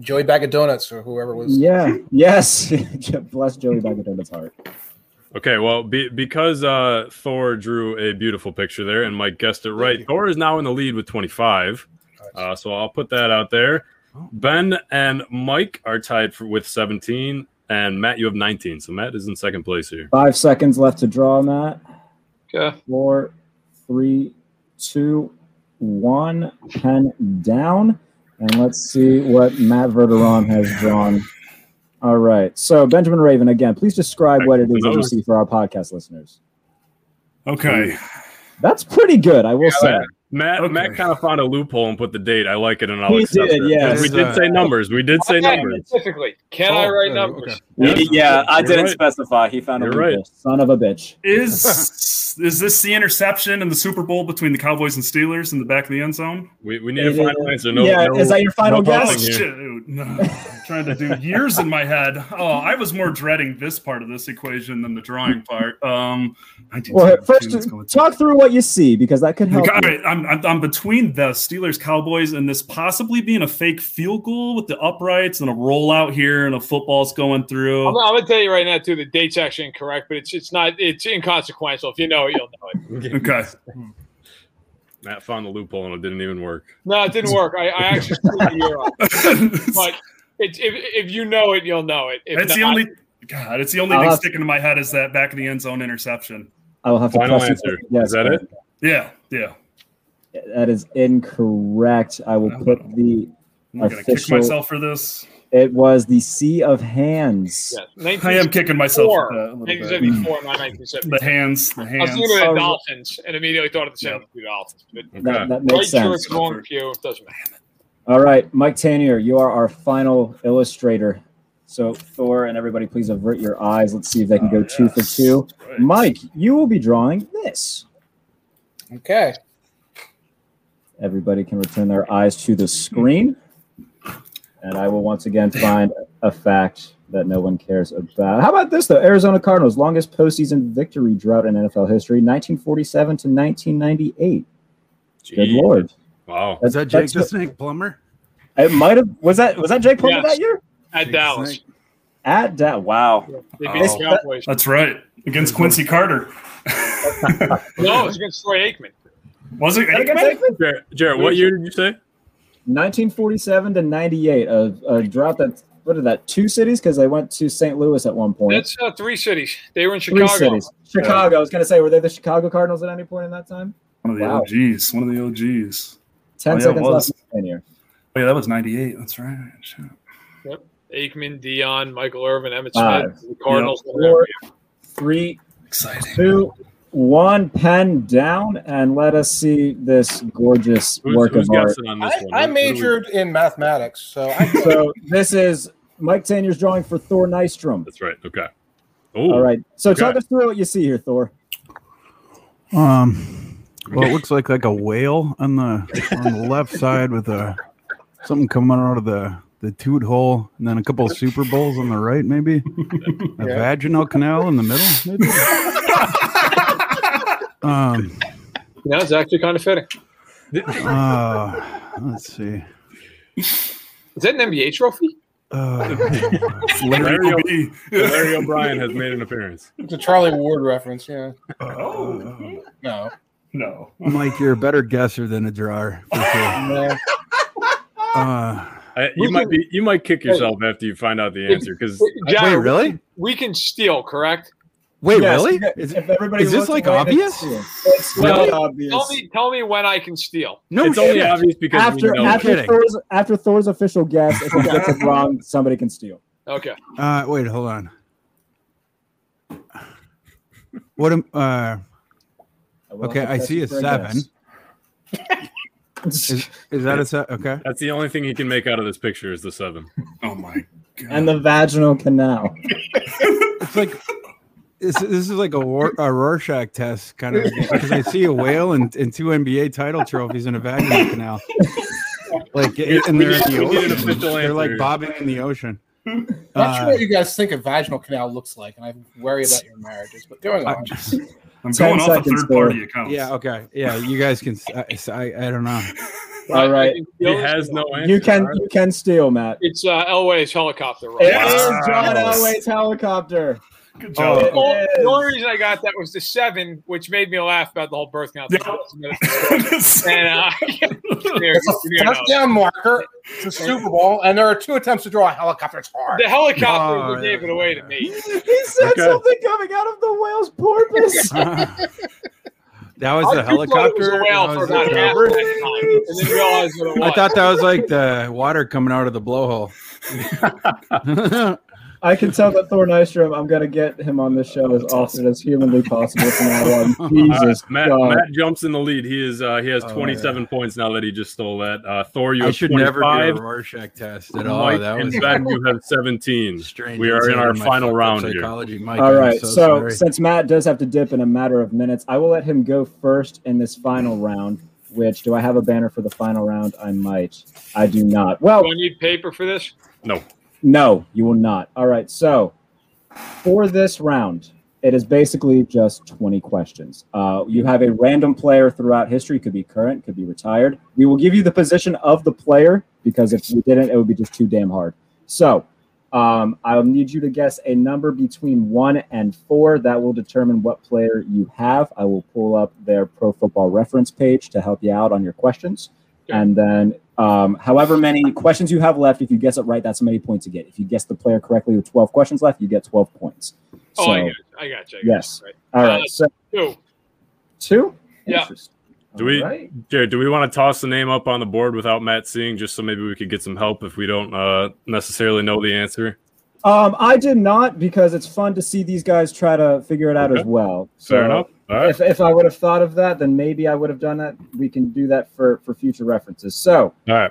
B: Joey Bag of Donuts or whoever was.
A: Yeah. Yes. Bless Joey Bagadona's heart.
F: Okay, well, be, because uh, Thor drew a beautiful picture there and Mike guessed it right, Thor is now in the lead with 25. Uh, so I'll put that out there.
A: Oh.
F: Ben and Mike are tied for, with 17, and Matt, you have 19. So Matt is in second place here.
A: Five seconds left to draw, Matt.
E: Okay.
A: Four, three, two, one. Pen down. And let's see what Matt Verderon has drawn. All right. So, Benjamin Raven, again, please describe what it is that you see for our podcast listeners.
D: Okay.
A: That's pretty good, I will say.
F: Matt, Matt,
D: Okay.
F: Matt kind of found a loophole and put the date. I like it, and I'll
A: He
F: accept
A: did,
F: it.
A: yeah.
F: 'Cause We
C: There's
F: did
C: a-
F: say numbers. We did say
E: Okay,
F: numbers.
E: Specifically, can
C: Oh,
E: I write
D: uh,
C: okay,
E: numbers?
C: okay.
F: Yes.
A: Yeah, I
F: You're
A: didn't
F: right.
A: specify. He found a
F: You're
A: loophole.
F: right.
A: Son of a bitch.
D: Is is this the interception in the Super Bowl between the Cowboys and Steelers in the back of the end zone?
F: We, we need a final answer. No,
A: yeah,
F: no-
A: is that your final
F: no
D: Oh,
F: problem
A: guess?
F: here.
D: shoot. No. I'm trying to do years in my head. Oh, I was more dreading this part of this equation than the drawing part. Um,
A: Well,
D: 1972, let's go with
A: first, talk through what you see because that could help.
D: Got
A: you.
D: it. I'm, I'm, I'm between the Steelers Cowboys and this possibly being a fake field goal with the uprights and a rollout here and a football's going through.
E: I'm, I'm gonna tell you right now too. The date's actually incorrect, but it's it's not it's inconsequential. If you know it, you'll know it.
D: okay.
F: Matt found the loophole, and it didn't even work.
E: No, it didn't work. I, I actually screwed the year up. But it's if, if you know it, you'll know it. If
D: it's the
E: not-
D: only God, it's the only
A: I'll
D: thing
A: have-
D: sticking in my head is that back of the end zone interception.
A: I will have to
F: Final
A: press you.
F: answer. Is that it?
D: Yeah, yeah.
A: That is incorrect. I will put the
D: I'm gonna kick
A: Official-
D: myself for this.
A: It was the Sea of Hands.
E: Yes.
D: I am kicking myself for
E: 1974.
D: that a little
E: 1974,
D: bit.
E: not
D: The
E: 1974.
D: hands, the
E: I was
D: hands.
E: thinking of
A: Oh,
E: the Dolphins and immediately thought of the San Francisco Dolphins. But
A: That, that
E: right
A: makes sense.
E: church, wrong pew, doesn't matter.
A: All right, Mike Tanier, you are our final illustrator. So, Thor and everybody, please avert your eyes. Let's see if they can go
D: Oh,
A: two for
D: yes.
A: two.
D: Right.
A: Mike, you will be drawing this.
B: Okay.
A: Everybody can return their eyes to the screen. And I will once again find a fact that no one cares about. How about this, though? Arizona Cardinals, longest postseason victory drought in NFL history, 1947 to 1998. Good
F: Jeez.
A: lord.
F: Wow.
C: Is that Jake
A: That's-
C: the Snake Plumber?
A: It might have was that was that Jake Plummer
E: Yes.
A: that year?
E: At
C: Jake the
E: Dallas,
C: Snake.
A: At that wow.
E: they beat
D: Oh.
E: the Cowboys.
D: That's right. Against Quincy Carter.
E: No, it was against Troy Aikman.
D: Was it
A: That against
D: Aikman?
A: Aikman?
F: Jarrett, Jarrett, what year did you say?
A: 1947 to 98, a, a drought that what did that two cities because they went to St. Louis at one point.
E: That's uh, three cities. They were in
A: Three
E: Chicago.
A: cities. Chicago. I was gonna say, were they the Chicago Cardinals at any point in that time?
D: One of the
A: Wow.
D: OGs. One of the OGs.
A: Ten
D: Oh, yeah, it
A: seconds
D: was.
A: left in here.
D: Oh, yeah, that was 98. That's right. Shit.
E: Aikman, Dion, Michael Irvin, Emmett
A: Five.
E: Smith, the Cardinals.
A: Four, three,
D: Exciting.
A: two, one pen down, and let us see this gorgeous
F: Who's,
A: work
F: who's
A: of art.
F: guessing on this
B: I,
F: one?
B: I
F: What do we-
B: majored in mathematics, so I
A: So this is Mike Tanier's drawing for Thor Nystrom.
F: That's right. Okay. Oh,
A: All right. So
F: Okay.
A: talk us through what you see here, Thor.
C: Um, well, it looks like like a whale on the on the left side with a something coming out of the the toot hole, and then a couple of Super Bowls on the right, maybe a
B: Yeah.
C: vaginal canal in the middle. Maybe. um,
E: Yeah, it's actually kind of fitting.
C: uh, let's see.
E: Is that an NBA trophy?
C: Uh,
F: Larry,
D: Larry
F: O-
D: B.
F: Larry O'Brien has made an appearance.
B: it's a Charlie Ward reference. Yeah.
D: Oh.
B: No.
D: No.
C: Mike, you're a better guesser than a drawer. For sure.
B: No.
C: Uh,
F: I, you might be. You might kick yourself after you find out the answer because
E: Jared,
C: really?
E: We can steal, correct?
C: Wait,
A: Yes,
C: really?
A: if-
C: Is,
A: if everybody
C: is
A: looks
C: this, like,
A: away, they can
C: obvious?
A: see it. It's really
E: Tell
A: obvious.
E: me, tell me when I can steal.
C: no
F: it's only
C: shit.
F: obvious because
A: Oh, After
F: we know it.
C: half-
A: after
C: kidding.
A: Thor's, after Thor's official guess, if he gets it wrong, somebody can steal.
E: Okay.
C: Uh, wait, hold on. What am uh?
A: will
C: Okay,
A: have to
C: I
A: test
C: see
A: you
C: a
A: for
C: seven.
A: guess.
C: Is, is that a set? Okay.
F: That's the only thing he can make out of this picture is the seven.
D: Oh, my God.
A: and the vaginal canal.
C: It's like this. This is like a, War, a Rorschach test kind of because I see a whale and, and two NBA title trophies in a vaginal canal. Like it- and
F: We
C: they're
F: need-
C: in the
F: we need an
C: ocean.
F: official
C: They're like
F: answer.
C: bobbing in the ocean.
B: Not sure
C: Uh,
B: what you guys think a vaginal canal looks like, and I worry about your marriages. But going
C: I-
B: on,
D: I'm
A: Ten
D: going off a
A: seconds,
D: third party
A: Thor.
D: account.
C: yeah. Okay. Yeah. You guys can. I, I, I don't know.
A: All
E: I- I
A: right.
E: can
F: He
E: steal this
F: has
E: or
F: no answer.
A: You can
F: All right.
A: you can steal, Matt.
E: It's uh, Elway's helicopter.
A: It
E: Right?
A: is John
D: Wow.
A: Elway's helicopter.
D: Good job.
E: The only-
A: It is.
E: the only reason I got that was the seven, which made me laugh about the whole birth count.
D: Yeah.
E: And uh,
B: it's a first down marker. It's a Super Bowl, and there are two attempts to draw a helicopter. It's hard.
E: the helicopter
C: Oh,
E: gave
C: yeah,
E: it away
C: yeah.
E: to me.
A: He said
F: Okay.
A: something coming out of the whale's porpoise.
C: that was
E: I
C: the
E: did thought it was
C: helicopter.
E: a whale
C: that
E: for
C: was the
E: about half
C: cover?
E: that time, and then realized what it
C: I
E: was.
C: thought that was like the water coming out of the blowhole.
A: I can tell that Thor Nystrom, I'm gonna get him on this show as often as humanly possible from now on.
F: All right,
A: Jesus
F: Uh, Matt,
A: God.
F: Matt jumps in the lead. He is uh, he has
C: uh, Oh, yeah.
F: 27 points now that he just stole that. Uh, Thor, you
C: I
F: have
C: should
F: 25.
C: never do a Rorschach test at all.
F: Mike
C: that
F: and
C: was
F: Ben, you have 17.
C: strange.
F: We are in
C: insight
F: our
C: my
F: final
C: fucked up
F: round here.
C: psychology. Mike,
A: All
C: Oh
E: Uh,
C: I'm
A: right,
C: so,
A: so,
C: sorry.
A: since Matt does have to dip in a matter of minutes, I will let him go first in this final round. Which do I have a banner for the final round? I might. I do not. Well,
E: Do I need paper for this?
F: No.
A: No, you will not. All right. So for this round, it is basically just 20 questions. Uh, you have a random player throughout history, could be current, could be retired. We will give you the position of the player because if we didn't, it would be just too damn hard. So um, I'll need you to guess a number between one and four. That will determine what player you have. I will pull up their pro football reference page to help you out on your questions. And then, um, however many questions you have left, if you guess it right, that's how many points you get. If you guess the player correctly with 12 questions left, you get 12 points.
E: Oh,
A: so,
E: I got, you. I got you. I got you.
A: Yes.
E: Right.
A: all right. So,
E: Two.
A: two?
E: Uh, Yeah.
A: Interesting.
F: Do we,
H: Alright.
F: Jared? Do we want to toss the name up on the board without Matt seeing, just so maybe we could get some help if we don't uh, necessarily know the answer?
A: Um, I did not because it's fun to see these guys try to figure it out as
F: Okay.
A: well.
F: Fair
A: So
F: enough. All right.
A: If, if I would have thought of that, then maybe I would have done that. We can do that for, for future references. So
F: All right.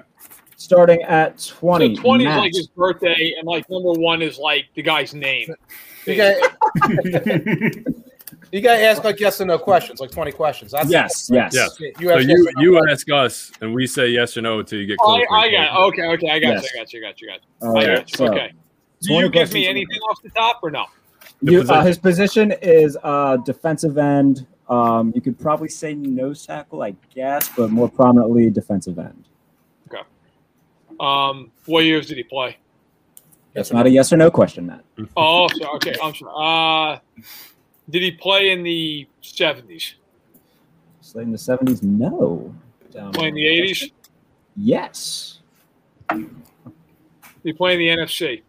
A: starting at 20.
E: so 20 is
A: Matt.
E: like his birthday, and like number one is like the guy's name.
B: You got you got to ask like yes or no questions, like twenty questions. That's
A: yes, yes.
F: Yeah.
B: You
F: So
B: have
F: you you ask us, and we say yes or no until you get
E: Oh,
F: close.
E: I, I got okay, okay, I got
A: Yes.
E: you, I got you, I got you, I got
A: All
E: you. I
A: right.
E: got you.
A: So
E: okay. Do
A: 20
E: you give
A: questions
E: me
A: in
E: anything off the top or no?
F: The
A: you, uh,
F: position.
A: his position is uh, defensive end. Um, you could probably say nose tackle, I guess, but more prominently defensive end.
E: Um, what years did he play?
A: That's not a yes or no question, Matt.
E: Oh, sorry, okay, I'm sorry. Uh, did he play in the 70s?
A: Slate in the 70s, no. Down
E: Play in the 80s? Did
A: Yes.
E: he play in the NFC?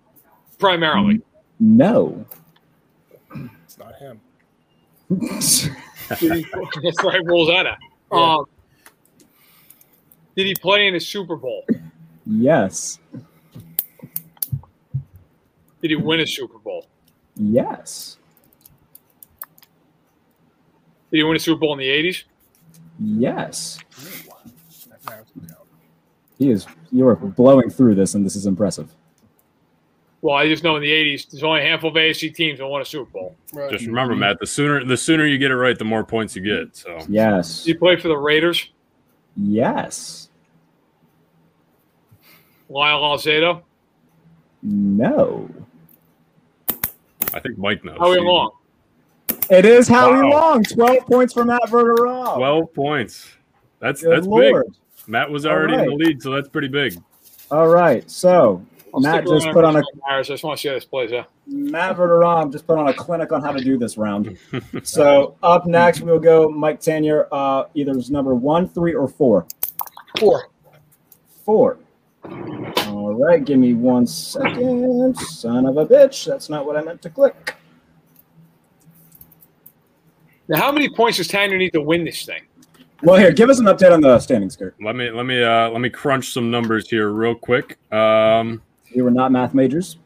E: Primarily.
A: No.
B: It's not him.
E: That's right, rules out of. Um, did he play in the Super Bowl?
A: yes.
E: Did he win a Super Bowl?
A: Yes.
E: Did he win a Super Bowl in the 80s?
A: Yes.
B: No, it's not him.
A: He is. You are blowing through this, and this is impressive.
E: Well, I just know in the 80s, there's only a handful of AFC teams that won a Super Bowl.
B: Right.
F: Just remember, Matt. The sooner the sooner you get it right, the more points you get. So
A: Yes.
E: Did he play for the Raiders?
A: Yes.
E: Lyle Alzado?
A: No.
F: I think Mike knows.
E: Howie Long.
A: It is Howie
F: Wow.
A: Long. Twelve points for Matt Verderall.
F: Twelve points. That's
A: Good
F: that's
A: lord.
F: big. Matt was
A: All
F: already in
A: right.
F: the lead, so that's pretty big.
A: All right. So
E: I'll
A: Matt
E: stick around
A: just put on a
E: for hours. I just want to see how this plays out.
A: Matt Verderam just put on a clinic on how to do this round. so up next we'll go Mike Tanier, uh, either it's number one, three, or four.
B: Four.
A: Four. All right, give me one second. Son of a bitch. That's not what I meant to click.
E: Now, how many points does Tanner need to win this thing?
A: Well, here, give us an update on the standings, Kurt.
F: Let me let me uh, let me crunch some numbers here real quick. Um,
A: We were not math majors.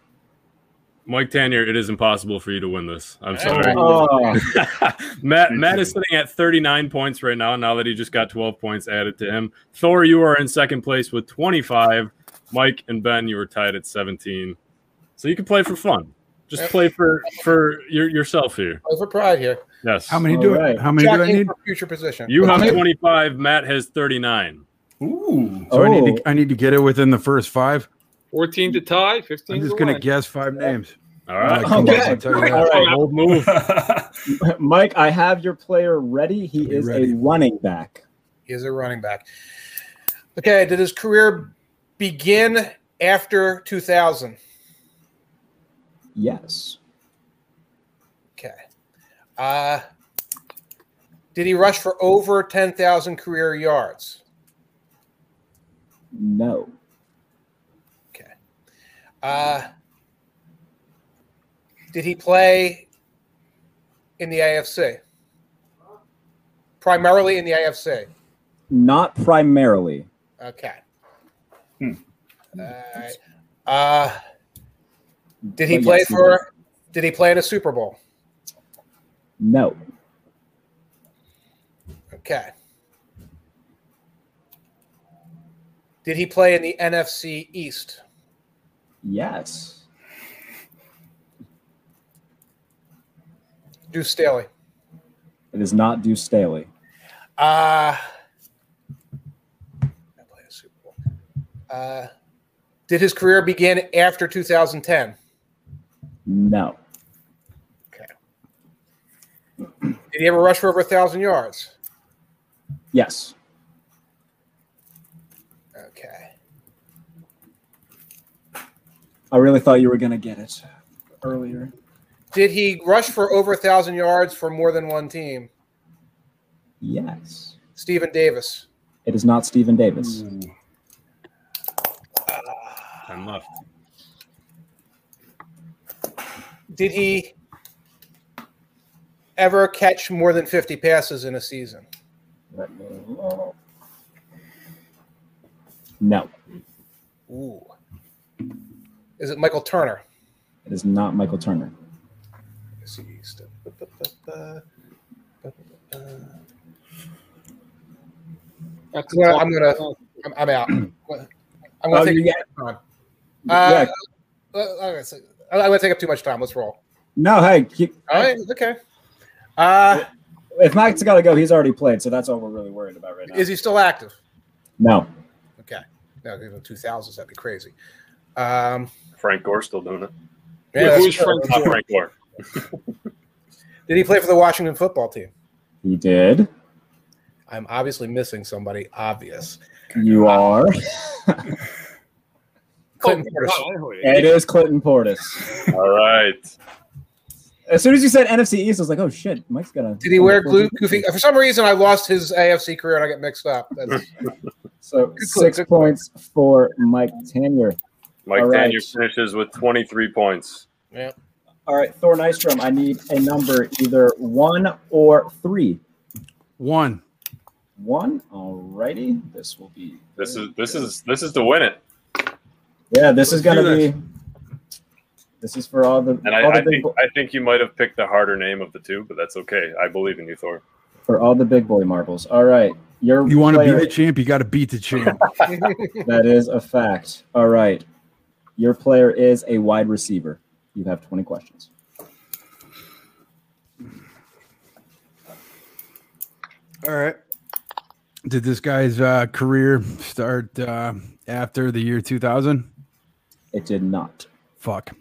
F: Mike Tanier, it is impossible for you to win this. I'm
C: Uh,
F: sorry.
A: Oh,
F: Matt Matt is sitting at 39 points right now. Now that he just got 12 points added to him, Thor, you are in second place with 25. Mike and Ben, you were tied at 17. So you can play for fun. Just play for for your, yourself here.
B: Over pride here.
F: Yes.
C: How many do
A: All right.
C: I, How many do I
B: Jacking
C: need?
B: for future position.
F: You have 25. Matt has 39.
E: Oh.
D: Ooh.
C: So I need
A: Oh.
C: to I need to get it within the first five.
E: 14 to tie, 15
C: I'm just
E: to
C: gonna
E: win.
C: guess five names.
F: All right.
C: Come on,
A: Okay.
C: I'll tell you
A: all
C: that.
A: right.
F: Bold move.
A: Mike, I have your player ready. He
C: Be
A: is
C: ready.
A: a running back.
B: He is a running back. Okay, did his career begin after 2000?
A: Yes.
B: Okay. Uh, did he rush for over 10,000 career yards?
A: No.
B: Uh, did he play in the AFC? Primarily in the AFC.
A: Not primarily.
B: Okay.
D: Hmm.
B: Alright. Uh, did he
A: But
B: play
A: yes, he
B: for? Did he play in a Super Bowl?
A: No.
B: Okay. Did he play in the NFC East?
A: Yes.
B: Deuce Staley.
A: It is not Deuce Staley.
B: Uh, did play in a Super Bowl. Uh, did his career begin after 2010?
A: No.
B: Did he ever rush for over a thousand yards?
A: Yes.
B: Okay.
A: I really thought you were going to get it earlier.
B: Did he rush for over a thousand yards for more than one team?
A: Yes.
B: Stephen Davis.
A: It is not Stephen Davis.
B: Hmm.
F: 10 left.
B: Did he ever catch more than 50 passes in a season?
A: Let me look. No,
B: Ooh. Is it Michael Turner?
A: it is not Michael Turner.
B: Is he still- I'm
E: That's
B: Well, I'm gonna- I'm out. I'm gonna
A: Oh,
B: take
A: you
B: time. Uh,
A: yeah.
B: well, all right, so- I'm gonna take up too much time. Let's roll.
A: No, hey, keep,
B: All right, okay. Uh,
A: if Mike's got to go, he's already played, so that's all we're really worried about right now.
B: is he still active?
A: no,
B: Okay. No, even two thousands, that'd be crazy. Um,
F: Frank Gore still doing it.
E: Yeah,
B: that's
E: who's
B: true.
E: Frank
F: Not Frank Gore.
B: Did he play for the Washington football team?
A: he did.
B: I'm obviously missing somebody obvious.
A: You are.
B: Clinton
E: Oh,
B: Portis.
E: God, I know who it is.
A: It is Clinton Portis.
F: All right.
A: As soon as you said NFC East, I was like, oh shit, Mike's gonna.
B: Did he wear glue? Goofy. For some reason, I lost his AFC career and I got mixed up. That's,
A: So
B: clue,
A: six
B: good clue.
A: points for Mike Tanner.
F: Mike
A: All right.
F: Daniel finishes with 23 points.
A: All right, Thor Nystrom, I need a number either one or three.
C: One.
A: One. Alrighty. This will be.
F: This is this is this is to win it.
A: Yeah, this is
C: Let's
A: gonna
C: do
A: be.
C: this.
A: This is for all the
F: And
A: all
F: I,
A: the
F: I
A: big
F: think
A: bo-
F: I think you might have picked the harder name of the two, but that's okay. I believe in you, Thor.
A: for all the big boy marbles. All right, your
C: You want to be
A: player-
C: the champ? You got to beat the champ.
A: That is a fact. All right, your player is a wide receiver. You have twenty questions.
C: All right. Did this guy's uh, career start uh, after the year 2000?
A: It did not.
C: Fuck.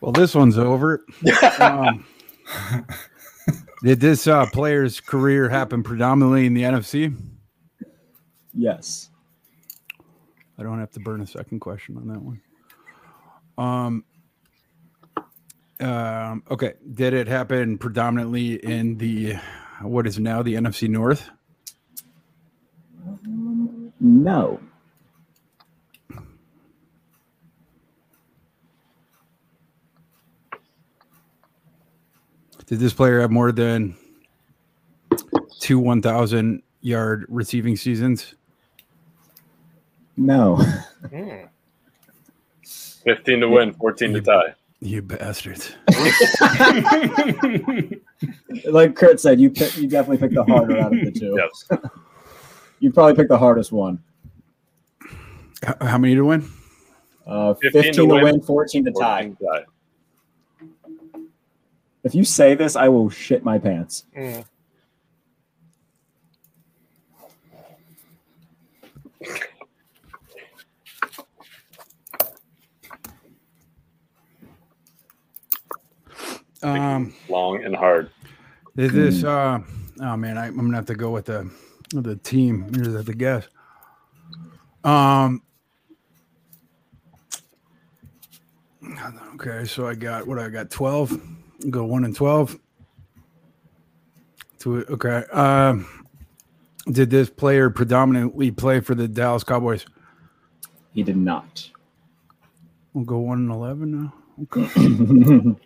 C: well, this one's over. Um, did this uh, player's career happen predominantly in the NFC?
A: Yes.
C: I don't have to burn a second question on that one. Um, um, okay. Did it happen predominantly in the what is now the NFC North?
A: No.
C: Did this player have more than two 1,000 yard receiving seasons?
A: No.
B: hmm.
F: 15 to win, 14 to tie.
C: You bastards.
A: like Kurt said, you pick, you definitely picked the harder out of the two.
F: Yes.
A: You probably picked the hardest one.
C: H- how many to win?
A: Uh,
F: 15
A: 15,
F: to
A: to
F: win,
A: win, 14 to tie.
F: 14 to tie.
A: If you say this, I will shit my pants.
B: Hmm.
C: Um,
F: Long and hard.
C: did this? Uh, oh man, I, I'm gonna have to go with the the team. I'm gonna have to guess. Um. Okay, so I got what I got. Twelve. Go one and twelve. To okay. Um. Did this player predominantly play for the Dallas Cowboys?
A: He did not.
C: We'll go one and eleven now. Okay.
F: 15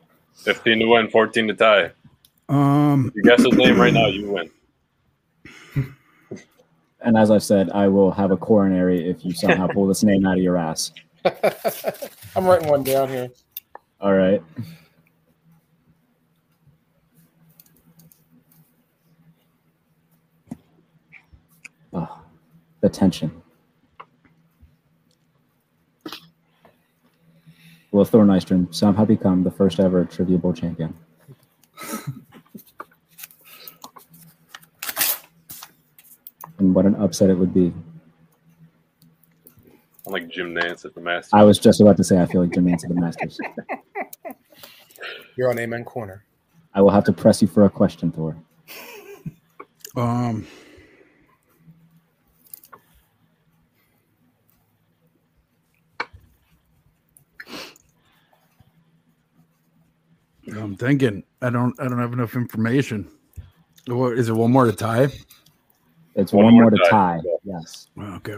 F: to win, 14 to tie.
C: Um.
F: You guess his name right now, you win.
A: and as I've said, I will have a coronary if you somehow pull this name out of your ass.
B: I'm writing one down here.
A: All right. Ah, the tension. Will Thor Nystrom somehow become the first ever Trivia Bowl champion? and what an upset it would be.
F: I'm like Jim Nance at the Masters.
A: I was just about to say, I feel like Jim Nance of the Masters.
B: You're on Amen Corner.
A: I will have to press you for a question, Thor.
C: Um. I'm thinking. I don't. I don't have enough information. What is it? One more to tie.
A: It's one, more to tie. Yes.
C: Okay.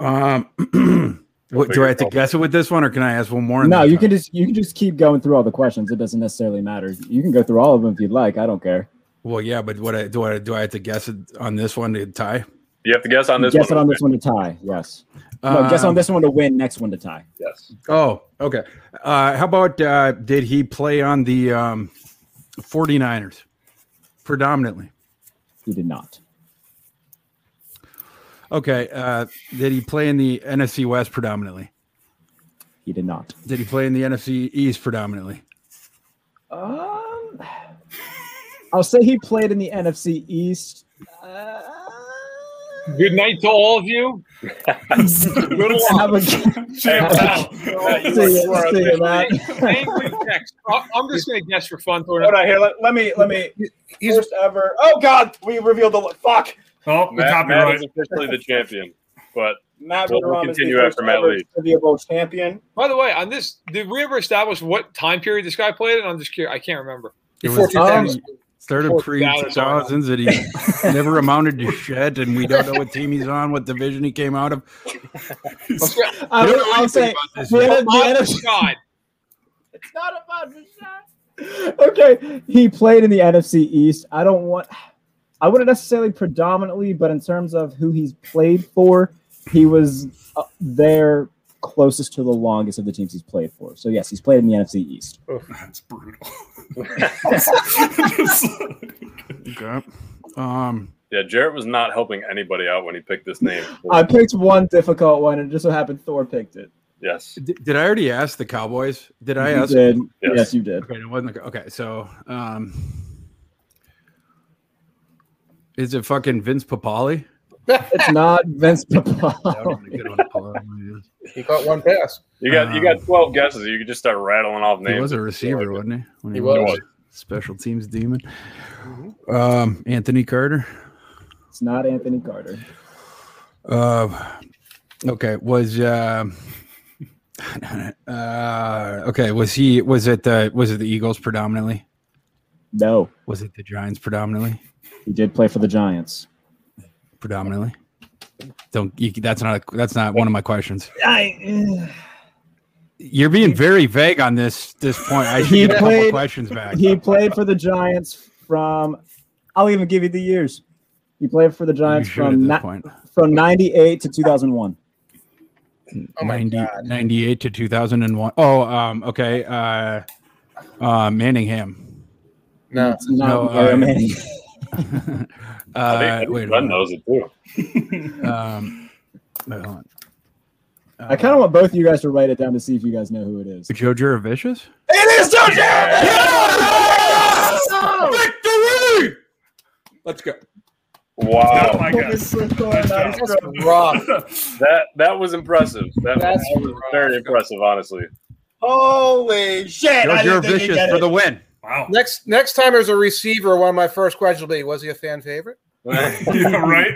C: Um. What, do I have to guess it with this one, or can I ask one more? and
A: no,
C: then
A: you
C: try?
A: can just you can just keep going through all the questions. It doesn't necessarily matter. You can go through all of them if you'd like. I don't care.
C: Well, yeah, but what I, do I do I have to guess it on this one to tie?
F: You have to guess on this
A: guess
F: one.
A: it on this one to tie. Yes. no, guess on
C: Um,
A: this one to win. Next one to tie.
F: Yes.
C: Oh, okay. Uh, how about uh, did he play on the um, 49ers predominantly?
A: He did not.
C: Okay. Uh, did he play in the NFC West predominantly?
A: He did not.
C: Did he play in the NFC East predominantly?
A: Um, I'll say he played in the NFC East. Uh,
E: Good night to all of you.
D: Good
A: have a-
D: Champs out.
A: See ya, see ya, Matt.
E: Language next. I- I'm just going to guess for fun. Thorne.
I: Hold on here. Let, let me let me. First ever. Oh God, we revealed the fuck.
D: Oh, the
F: Matt, Matt
D: copyright.
F: is officially the champion, but
I: Matt
F: We'll- we'll
I: Verram is the
F: continue
I: first
F: after Matt
I: ever
F: leaves.
I: Trivia Bowl champion.
E: By the way, on this, did we ever establish what time period this guy played in? I'm just curious. I can't remember.
C: It
B: Before
C: was
A: Um,
B: 2000.
C: third of
E: Before
C: pre
E: 2000s.
C: 2000s that he never amounted to shit, and we don't know what team he's on, what division he came out of.
A: I
C: You
A: would-
C: don't know
A: I'll
C: anything
A: say
C: about this
A: the,
C: yet.
A: N- the
E: Oh,
A: NFC
E: God.
I: It's not about the shot.
A: okay, he played in the NFC East. I don't want. I wouldn't necessarily predominantly, but in terms of who he's played for, he was uh, there closest to the longest of the teams he's played for. So yes, he's played in the NFC East.
D: That's brutal. Just-
C: Okay. Um,
F: yeah, Jarrett was not helping anybody out when he picked this name.
A: I picked one difficult one, and it just so happened Thor picked it.
F: yes.
C: d- did I already ask the Cowboys? Did I
A: You
C: ask?
A: did.
F: Yes.
A: Yes. you did.
C: Okay, it wasn't. The, okay, so um, is it fucking Vince Papali?
A: It's not Vince
C: That
A: Papale.
C: would've been a good one to pull out. Yeah.
B: He caught one pass.
F: You got you got twelve guesses. You could just start rattling off names.
C: Um, He was a receiver, wasn't he? When
B: He was.
C: special teams demon. Um, Anthony Carter.
A: It's not Anthony Carter.
C: Uh, okay, was um, uh, okay. Was he? Was it the? Was it the Eagles predominantly?
A: No,
C: Was it the Giants predominantly?
A: he did play for the Giants.
C: Predominantly. Don't. You, that's not. A, that's not one of my questions.
A: I,
C: You're being very vague on this this point. I should
A: He
C: get a couple
A: played-
C: questions back.
A: he played for the Giants from. I'll even give you the years. He played for the
C: You
A: Giants
C: should at
A: from
C: this
A: ni-
C: point.
A: from '98 to 2001.
B: Oh my
C: 90
B: God.
C: 98 to 2001. Oh, um, okay. Uh, uh, Manningham.
B: No.
A: It's not
C: No,
A: Eli
C: uh,
A: Manning.
F: I think, I
C: uh,
F: think Ben
C: wait, hold on.
F: knows it too.
C: Um, wait, hold on. Uh,
A: I kind of want both of you guys to write it down to see if you guys know who it is.
C: Joe Juravicious?
I: It is so Jeremy.
C: Victory! Let's go.
D: Not
F: Wow,
D: my guess.
I: Nice
B: That's rough.
C: Uh,
F: that that was impressive. That,
B: That's
F: that was very impressive, honestly.
I: Holy shit!
C: Joe
I: I didn't think he'd
C: Juravicious
I: get
C: for
I: it.
C: the win.
D: Wow.
B: Next next time there's a receiver, one of my first questions will be was he a fan favorite?
D: Yeah, right?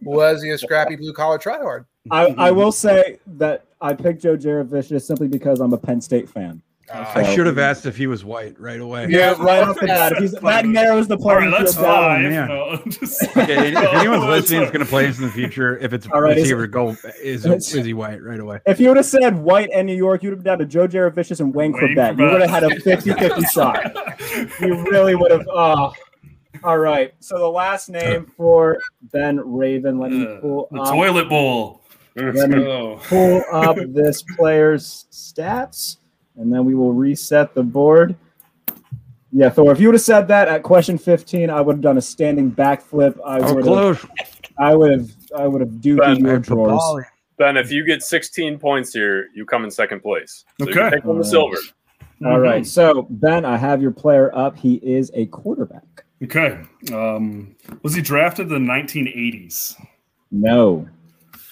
B: Was he a scrappy blue collar tryhard?
A: I, I will say that I picked Joe Jaravicious simply because I'm a Penn State fan.
B: Uh,
C: I should have asked if he was white right away.
B: Yeah.
A: right off the bat, if he's, that narrows the
D: All
A: playing
D: right, that's
A: field down.
D: five.
C: yeah.
D: No, just-
C: Okay, if anyone's listening is
D: That's-
C: going to play us in the future, if it's a
A: All right, is-
C: receiver, go is is he white right away?
A: If you would have said White and New York, you would have been down to Joe Jaravicious and Wayne,
D: Wayne
A: Corbett. You
D: Corbett.
A: would have had a 50-50 shot. You really would have. Uh, all right. So the last name for Ben Raven. Let me
D: Uh,
A: pull
D: The
A: up,
D: toilet bowl.
A: let me
D: Oh.
A: pull up this player's stats, and then we will reset the board. Yeah, Thor. If you would have said that at question 15, I would have done a standing backflip. I
C: Oh,
A: would have.
C: close.
A: I would have. I would have duked
F: Ben,
A: your drawers.
F: Ben, if you get 16 points here, you come in second place. So You can
D: Okay.
F: take home the silver.
A: All right. So, Ben, I have your player up. He is a quarterback.
D: Okay. Um, was he drafted in the 1980s?
A: No,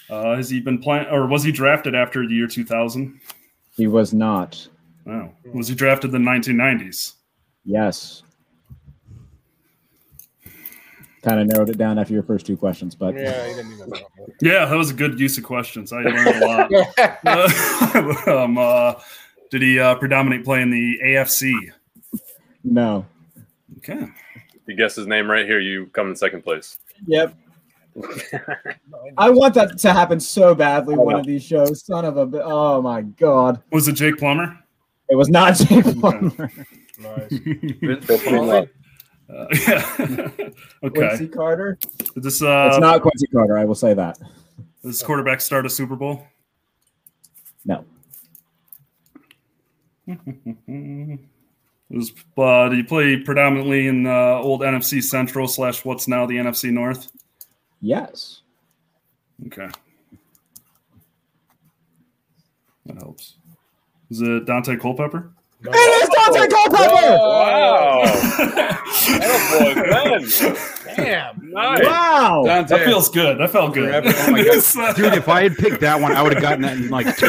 D: Uh, has he been playing, or was he drafted after the year 2000?
A: he was not.
D: No. Was he drafted in the 1990s?
A: Yes. Kind of narrowed it down after your first two questions, but
B: yeah, he didn't even know.
D: Yeah, that was a good use of questions. I learned a lot. Uh, um, uh, did he uh, predominate play in the AFC?
A: no.
D: Okay.
F: If you guess his name right here, you come in second place.
I: Yep.
A: I want that to happen so badly. One of these shows, son of a. bi- Oh my god!
D: Was it Jake Plummer?
A: It was not Jake Plummer.
D: Uh, yeah.
A: Quincy
D: okay.
A: Carter.
D: Did this uh,
A: it's not Quincy Carter. I will say that.
D: did this quarterback start a Super Bowl?
A: No.
D: It was, uh, did he play predominantly in uh, old NFC Central slash what's now the NFC North?
A: Yes.
D: Okay. That helps. Is it Dante Culpepper?
A: It is Dante Culpepper.
F: Wow.
C: Oh.
B: Damn.
F: nice.
A: Wow.
C: Dante.
D: That feels good. That felt good. uh,
C: Forever. Oh my God. Dude, if I had picked that one, I would have gotten that in like two.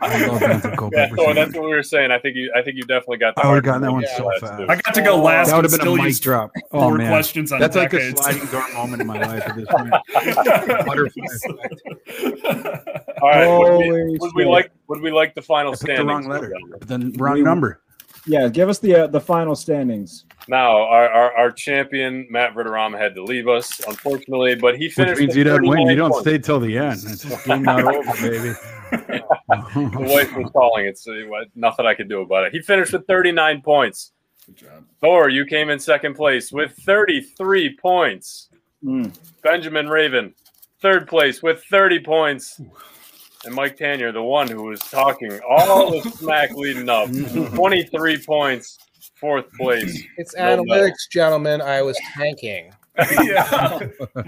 C: I love Dante
F: Yeah,
C: Culpepper.
F: so that's what we were saying. I think you, I think you definitely got.
C: I would've gotten that one
F: Yeah,
C: so
F: that's
C: fast.
F: good.
D: I got to go last.
C: that would have
D: and
C: been a
D: still
C: mic
D: used
C: drop. Oh
D: Four
C: man,
D: questions on
C: that's like a
D: decades.
C: sliding door moment in my life at this point. Butterfly effect.
F: All right. Would we,
A: Holy
F: would we
A: shit.
F: like? Would we like the final
C: I picked the
F: standings?
C: wrong letter, but then wrong number.
A: Yeah. Give us the uh, the final standings.
F: Now, our, our our champion Matt Verderama had to leave us, unfortunately, but he
C: Which
F: finished.
C: means
F: with
C: you don't win.
F: 39
C: You don't
F: points.
C: stay till the end. It's just game not over, baby.
F: The wife was calling. It's uh, what- nothing I could do about it. He finished with 39 points. Thor, you came in second place with 33 points.
A: Mm.
F: Benjamin Raven, third place with 30 points. And Mike Tanner, the one who was talking all the smack leading up, 23 points, fourth place.
B: It's
F: No, no.
B: analytics, gentlemen. I was tanking.
D: yeah.
B: So
A: I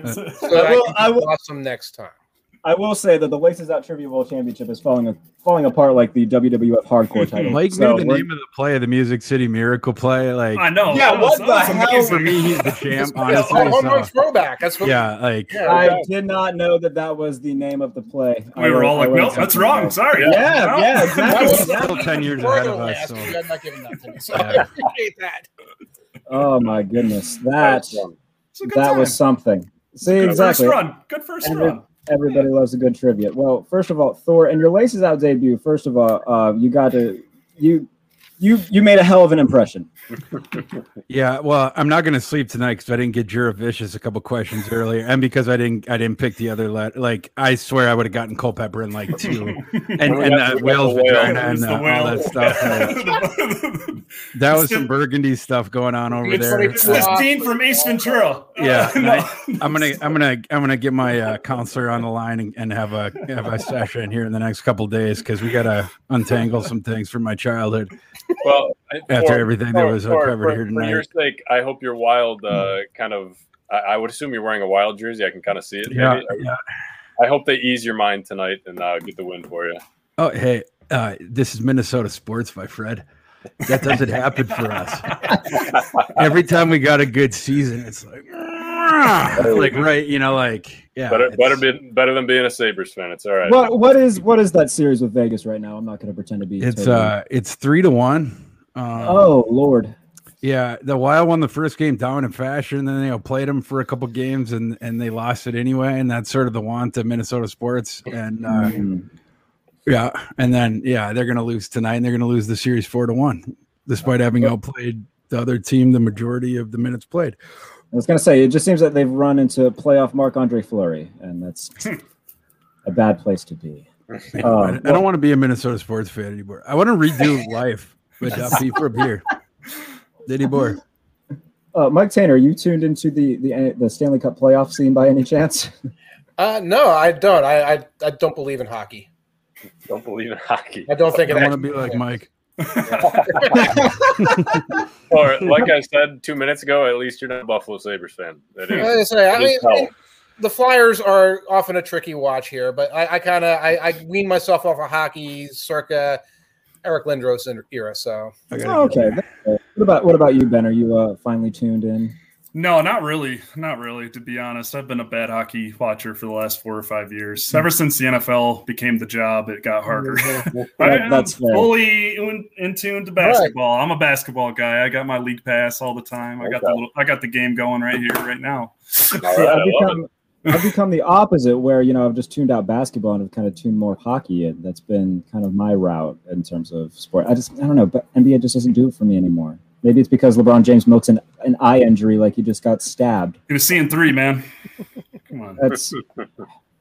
B: I
A: will-
B: can
A: I
B: I
A: will-
B: awesome next time.
A: I will say that the Laces Out Trivia World Championship is falling falling apart like the WWF Hardcore title.
C: Mike
A: So
C: knew the
A: we're-
C: name of the play, the Music City Miracle play. Like
D: I know.
I: Yeah,
D: That was-
I: what
D: that
I: the
D: was
I: hell?
D: amazing.
C: for me, he's the champ.
B: That's
C: Honestly,
B: a home run
C: so,
B: throwback. That's what
C: yeah, like
B: Yeah.
A: I did not know that that was the name of the play. I
D: We were
A: would-
D: all
A: I
D: like,
A: would
D: "No,
A: have
D: that's
A: taken that.
D: wrong. Sorry."
A: Yeah, yeah,
B: That
A: exactly.
B: was
C: still 10 years
B: before
C: ahead
B: the
C: of us,
B: last,
C: so-
B: You had not given that to me, so I
C: Yeah.
B: appreciate that.
A: Oh my goodness, that
D: It's a good
A: that
D: time.
A: was something. See,
D: good
A: exactly.
D: First run. Good first
A: And
D: run.
A: Everybody loves a good trivia. Well, first of all, Thor, in your laces out debut, first of all, uh, you got to you you you made a hell of an impression.
C: Yeah, well, I'm not going to sleep tonight because I didn't get Jura Vicious a couple questions earlier, and because I didn't, I didn't pick the other letter. Like, I swear I would have gotten Culpepper in like two, and and
F: got-
C: uh,
F: we got
C: whale's
F: Oh, the whale.
C: vagina
D: It was
C: and
D: the
C: uh, all
D: whale.
C: that stuff. uh, that was some burgundy stuff going on over
B: It's
C: there.
B: like-
D: It's
C: Uh,
D: this Dean from Ace Ventura.
C: Yeah,
D: No.
C: I'm gonna, I'm gonna, I'm gonna get my uh, counselor on the line and, and have a have a session here in the next couple days because we gotta untangle some things from my childhood.
F: Well,
C: After everything that was uncovered
F: for,
C: here
F: for your sake, I hope your wild uh, kind of. I, I would assume you're wearing a wild jersey. I can kind of see it.
C: Yeah,
F: maybe. I-
C: yeah.
F: I hope they ease your mind tonight and uh, get the win for you.
C: Oh, hey, uh, this is Minnesota sports, my Fred. That doesn't happen for us. Every time we got a good season, it's like, like right, you know, like yeah,
F: better,
C: it's-
F: better, be, better than being a Sabres fan. It's all right.
A: What what is what is that series with Vegas right now? I'm not going to pretend to be.
C: It's
A: totally-
C: uh, it's three to one. Um,
A: oh Lord,
C: Yeah, the Wild won the first game dominant fashion. Then they you know, played them for a couple games and and they lost it anyway. And that's sort of the want of Minnesota sports. And uh,
A: Mm.
C: yeah, and then yeah, they're gonna lose tonight. and They're gonna lose the series four to one, despite having outplayed the other team the majority of the minutes played.
A: I was going to say it just seems that they've run into playoff Marc Andre Fleury, and that's
C: Hmm.
A: a bad place to be.
C: Man,
A: Oh,
C: I, I
A: well-
C: don't want to be a Minnesota sports fan anymore. I want to redo life with Duffy from here. Diddy boy.
A: Uh, Mike Tanner, are you tuned into the, the the Stanley Cup playoff scene by any chance?
B: Uh, no, I don't. I, I I don't believe in hockey.
F: Don't believe in hockey.
B: I don't
C: I
B: think it
C: want to
B: actually
C: be like
B: exists.
C: Mike.
F: Or, like I said two minutes ago, at least you're not a Buffalo Sabres fan. That
B: I
F: is.
B: was gonna say, I
F: It is
B: mean, I mean,
F: hell.
B: the Flyers are often a tricky watch here, but I, I kind of I, I wean myself off of hockey circa Eric Lindros era. So
C: I
A: Oh,
C: gotta get-
A: okay. that's good. What about what about you, Ben? Are you uh, finally tuned in?
D: No, not really. Not really, to be honest. I've been a bad hockey watcher for the last four or five years.
C: Hmm.
D: Ever since the NFL became the job, it got harder. I
A: That-
D: am
A: that's fair.
D: fully in, in tune to basketball. I'm a basketball guy. I got my league pass all the time. I got the little, I got the game going right here, right now.
F: All
A: See,
F: right, I
A: I've,
F: love it.
A: become, I've become the opposite, where you know I've just tuned out basketball and I've kind of tuned more hockey. And that's been kind of my route in terms of sport. I just I don't know, but NBA just doesn't do it for me anymore. Maybe it's because LeBron James milks an, an eye injury, like he just got stabbed.
D: He was seeing three, man. Come on.
A: That's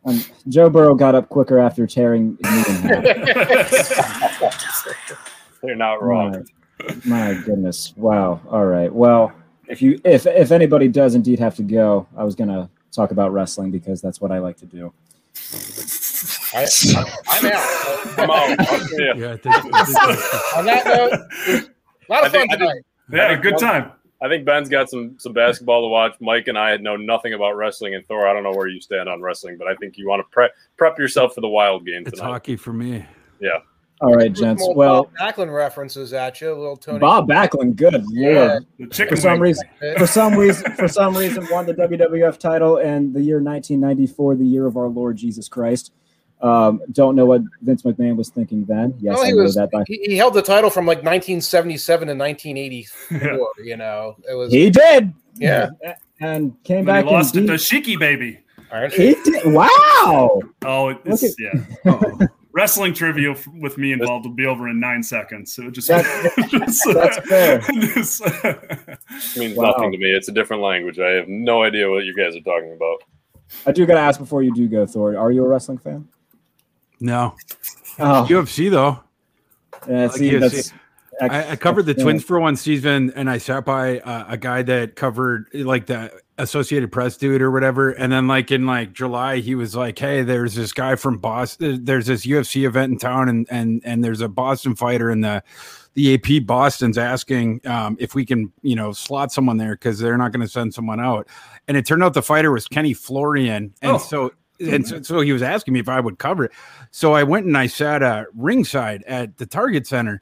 A: um, Joe Burrow got up quicker after tearing. his knee in half.
F: They're not wrong.
A: Oh, My, my goodness! Wow. All right. Well, if you if if anybody does indeed have to go, I was gonna talk about wrestling because that's what I like to do.
B: I, I'm out.
F: Come on. Yeah.
I: Yeah, I think- I think that's-
B: On that note, it was a lot
F: I
B: of fun
F: think- I think-
B: tonight.
D: Yeah, good time.
F: I think Ben's got some some basketball to watch. Mike and I know nothing about wrestling, and Thor, I don't know where you stand on wrestling, but I think you want to prep prep yourself for the wild game
I: it's
F: tonight.
I: hockey for me.
A: All right,
B: Threw some
A: gents.
B: old
A: Well,
B: Bob Backlund references at you, little Tony.
A: Bob Backlund. Good
B: Yeah.
A: lord.
D: The
A: For
D: chicken
A: some
D: wing.
A: reason, for some reason, for some reason, won the WWF title and the year 1994, the year of our Lord Jesus Christ. Um, don't know what Vince McMahon was thinking then. Yes, I
B: No, Oh, he
A: know
B: was.
A: that. By-
B: He, he held the title from like 1977 to 1984. You know, it was.
A: he did.
B: Yeah.
A: and came
D: And then
A: back
D: he lost it
A: and
D: to
A: beat-
D: Shiki Baby.
B: Iron Sheik.
A: he did. Wow.
D: Oh,
A: Look
D: it's,
A: at-
D: yeah.
I: Oh,
D: Wrestling trivia f- with me involved will be over in nine seconds. So it just
A: That-
D: just-
A: that's fair.
D: just-
F: It means
A: Wow.
F: nothing to me. It's a different language. I have no idea what you guys are talking about.
A: I do gotta ask before you do go, Thor. Are you a wrestling fan?
I: no,
A: Oh,
I: UFC though.
A: yeah, see,
I: UFC.
A: that's,
I: I, I covered the
A: yeah.
I: Twins for one season, and I sat by uh, a guy that covered like the Associated Press dude or whatever. And then like in like July, he was like, "Hey, there's this guy from Boston. There's this UFC event in town, and and and there's a Boston fighter, and the the AP Boston's asking um, if we can you know slot someone there because they're not going to send someone out." And it turned out the fighter was Kenny Florian, and
D: Oh.
I: so. And so, so he was asking me if I would cover it. So I went and I sat uh, ringside at the Target Center,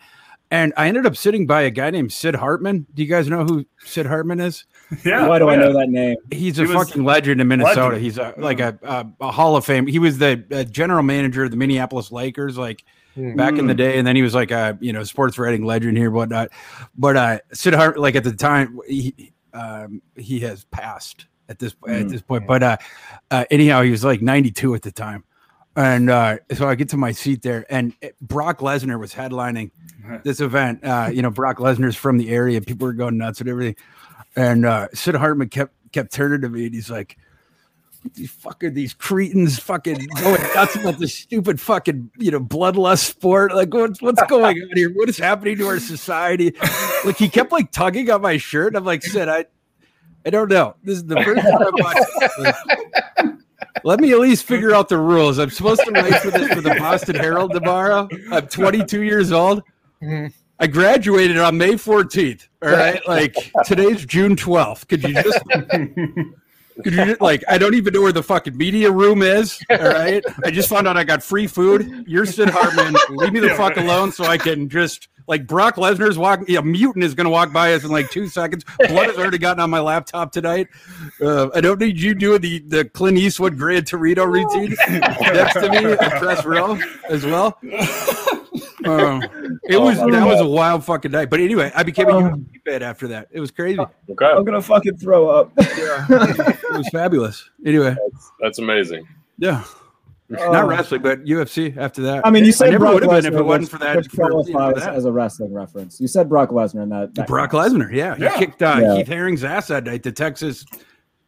I: and I ended up sitting by a guy named Sid Hartman. Do you guys know who Sid Hartman is?
D: yeah.
A: Why do I
D: yeah.
A: know that name?
I: He's a
D: He was-
I: fucking legend in Minnesota.
D: Legend.
I: He's a, like a, a, a Hall of Fame. He was the uh, general manager of the Minneapolis Lakers, like
B: Hmm.
I: back in the day, and then he was like a you know sports writing legend here, whatnot. But uh, Sid Hart, like at the time, he um, he has passed at this at
A: Hmm.
I: this point. But uh, uh, anyhow, he was like 92 at the time. And uh, so I get to my seat there, and it- Brock Lesnar was headlining this event. Uh, you know, Brock Lesnar's from the area. People were going nuts and everything. And uh, Sid Hartman kept kept turning to me, and he's like, "These fucking these cretins, fucking going nuts about this stupid fucking you know bloodlust sport. Like, what's what's going on here? What is happening to our society?" Like, he kept like tugging on my shirt. And I'm like, "Sid, I, I don't know. This is the first time I watched." This. Let me at least figure out the rules. I'm supposed to write for this for the Boston Herald tomorrow. I'm 22 years old.
B: Mhm.
I: I graduated on May 14th. All right. Like today's June 12th. Could you just, could you just, like, I don't even know where the fucking media room is. All right. I just found out I got free food. You're Sid Hartman. Leave me the fuck alone so I can just, like, Brock Lesnar's walking. Yeah, mutant is going to walk by us in like two seconds. Blood has already gotten on my laptop tonight. Uh, I don't need you doing the, the Clint Eastwood Grand Torino routine next to me, at press row as well. Uh, it was
F: Oh, my
I: that was
F: God.
I: a wild fucking night. But anyway, I became a UFC fan after that. It was crazy.
A: I'm
F: Okay,
A: gonna fucking throw up.
I: It was fabulous. Anyway,
F: that's amazing.
I: yeah,
A: Oh.
I: not wrestling, but UFC after that.
A: I mean, you
I: I
A: said
I: never
A: Brock
I: would have been if
A: Lesnar
I: it wasn't
A: which-
I: for that-
A: which
I: for, you know,
A: qualifies
I: that.
A: as a wrestling reference. You said Brock Lesnar, and that, that
I: Brock
A: counts.
I: Lesnar, yeah, he
D: Yeah.
I: kicked uh,
A: Yeah.
I: Keith Haring's ass that night. The Texas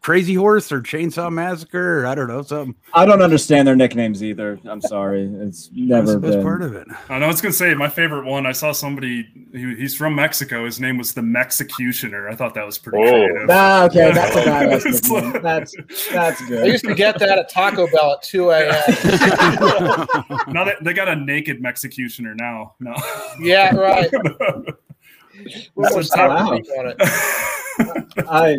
I: Crazy Horse or Chainsaw Massacre, or I don't know something.
A: I don't understand their nicknames either. I'm sorry, it's
I: That's
A: never
I: the best
A: been.
I: part of it.
D: And I was gonna say my favorite one. I saw somebody. He, he's from Mexico. His name was the Mexicutioner. I thought that was pretty
F: Oh.
D: creative.
A: Ah, okay, that's a
D: It's
A: badass
D: like-
A: nickname. That's that's
B: I
A: good.
B: used to get that at Taco Bell at 2 a.m.
D: now that they got a naked Mexicutioner now. No.
B: yeah, right. Who
D: That's
B: was
D: what's
B: Taco
A: up.
B: Bell on it?
A: I,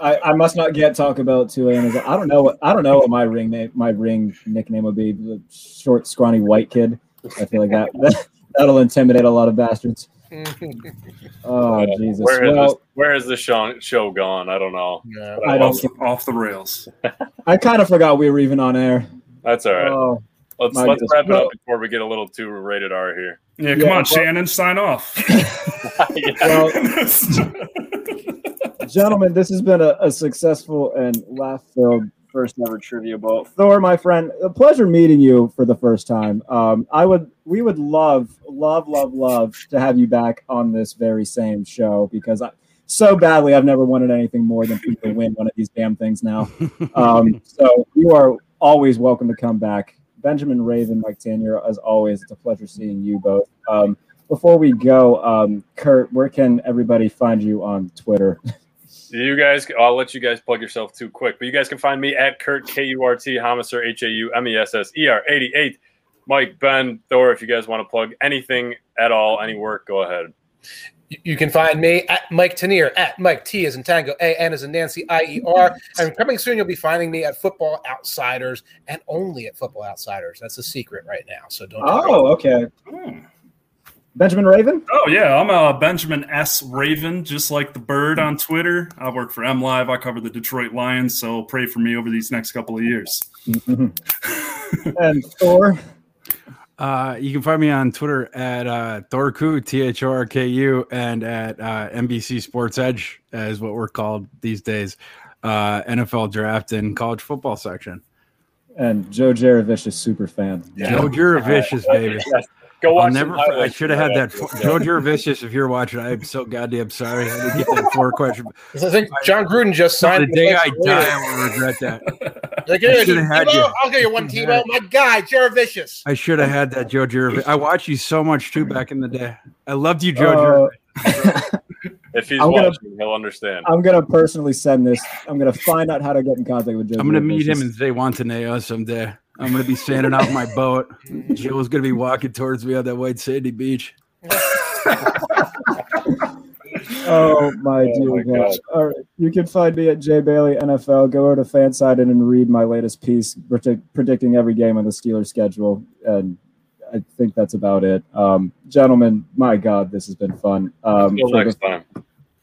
A: I I must not get talk about two a.m. is- I don't know. What, I don't know what my ring name, my ring nickname would be. The short, scrawny white kid. I feel like that, that that'll intimidate a lot of bastards.
B: Mhm.
A: Oh
F: Yeah.
A: Jesus!
F: Where is this,
A: Well,
F: where is the show, show gone? I don't know.
B: No.
F: But
A: I don't-
D: off, off the rails.
A: I kind of forgot we were even on air.
F: That's all right.
A: Oh,
F: let's
A: my
F: let's
A: goodness.
F: wrap it
A: Well-
F: up before we get a little too rated R here.
D: Yeah, come
A: Yeah,
D: on,
A: well-
D: Shannon, sign off.
A: well,
D: That's-
A: gentlemen, this has been a, a successful and laugh filled
J: first ever trivia bowl.
A: Thor, my friend, a pleasure meeting you for the first time. Um, I would, we would love, love, love, love to have you back on this very same show because I, so badly, I've never wanted anything more than people to win one of these damn things now. Um, so you are always welcome to come back. Benjamin Raven, Mike Tanier, as always, it's a pleasure seeing you both. Um, before we go, um, Kurt, where can everybody find you on Twitter?
F: You guys, I'll let you guys plug yourself too quick, but you guys can find me at Kurt K U R T Hamiser H A U M E S S E R eighty eight. Mike, Ben, Thor, if you guys want to plug anything at all, any work, go ahead.
B: You- You can find me at Mike Tanier at Mike T as in Tango, A N as in Nancy, I E R. And coming soon, you'll be finding me at Football Outsiders and only at Football Outsiders. That's the secret right now. So don't.
A: Oh, okay.
D: Hmm.
A: Benjamin Raven?
D: Oh yeah, I'm uh, Benjamin S. Raven, just like the bird on Twitter. I work for M Live. I cover the Detroit Lions, so pray for me over these next couple of years.
A: and Thor?
C: Uh, you can find me on Twitter at uh, Thorku, T H O R K U, and at uh, NBC Sports Edge, is what we're called these days. Uh, NFL draft and college football section.
A: And Joe Jarovich is super fan.
C: Joe Juravicious, baby.
F: Go
C: I'll
F: watch.
C: never,
F: some highlights
C: I should have
F: of
C: had that. Four,
F: Yeah.
C: Joe Juravicious, if you're watching, I am so goddamn sorry. I didn't get that four question.
B: I think John Gruden just signed
C: The day I
B: Later.
C: die, I will regret that.
B: Like, "Here,
C: I should've had
B: Tebow,
C: you.
B: I'll get you one Tebow. My guy, Jaravicious.
C: I should have had that Joe Juravicious. I watched you so much too back in the day. I loved you, Joe.
A: Uh,
C: Juravicious.
F: If he's
A: I'm gonna-
F: watching, he'll understand.
A: I'm gonna personally send this. I'm gonna find out how to get in contact with Joe.
C: I'm gonna meet
A: Jarovicious.
C: him in Zewantaneo someday. I'm gonna be standing out my boat. Joe's gonna be walking towards me on that white sandy beach.
A: Oh my
F: my
A: dear
F: God.
A: gosh! All right, you can find me at J Bailey NFL. Go over to Fansided and read my latest piece predict- predicting every game on the Steelers schedule, and I think that's about it. Um, gentlemen, my God, this has been fun. Um,
F: Till
A: for the-
F: next time.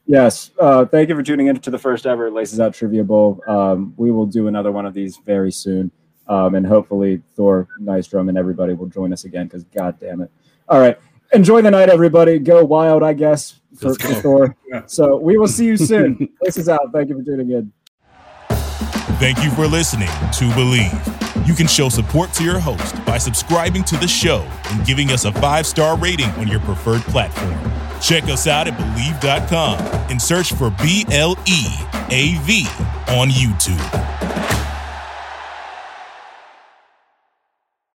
A: Yes. Uh, thank you for tuning in to the first ever Laces Out Trivia Bowl. Um, we will do another one of these very soon. Um, and hopefully Thor, Nystrom, and everybody will join us again because, God damn it. All right. Enjoy the night, everybody. Go wild, I guess, for,
C: Let's
A: for
C: go.
A: Thor.
D: Yeah.
A: So we will see you soon. Laces Out. Thank you for tuning in.
K: Thank you for listening to Believe. You can show support to your host by subscribing to the show and giving us a five star rating on your preferred platform. Check us out at Believe.com and search for B L E A V on YouTube.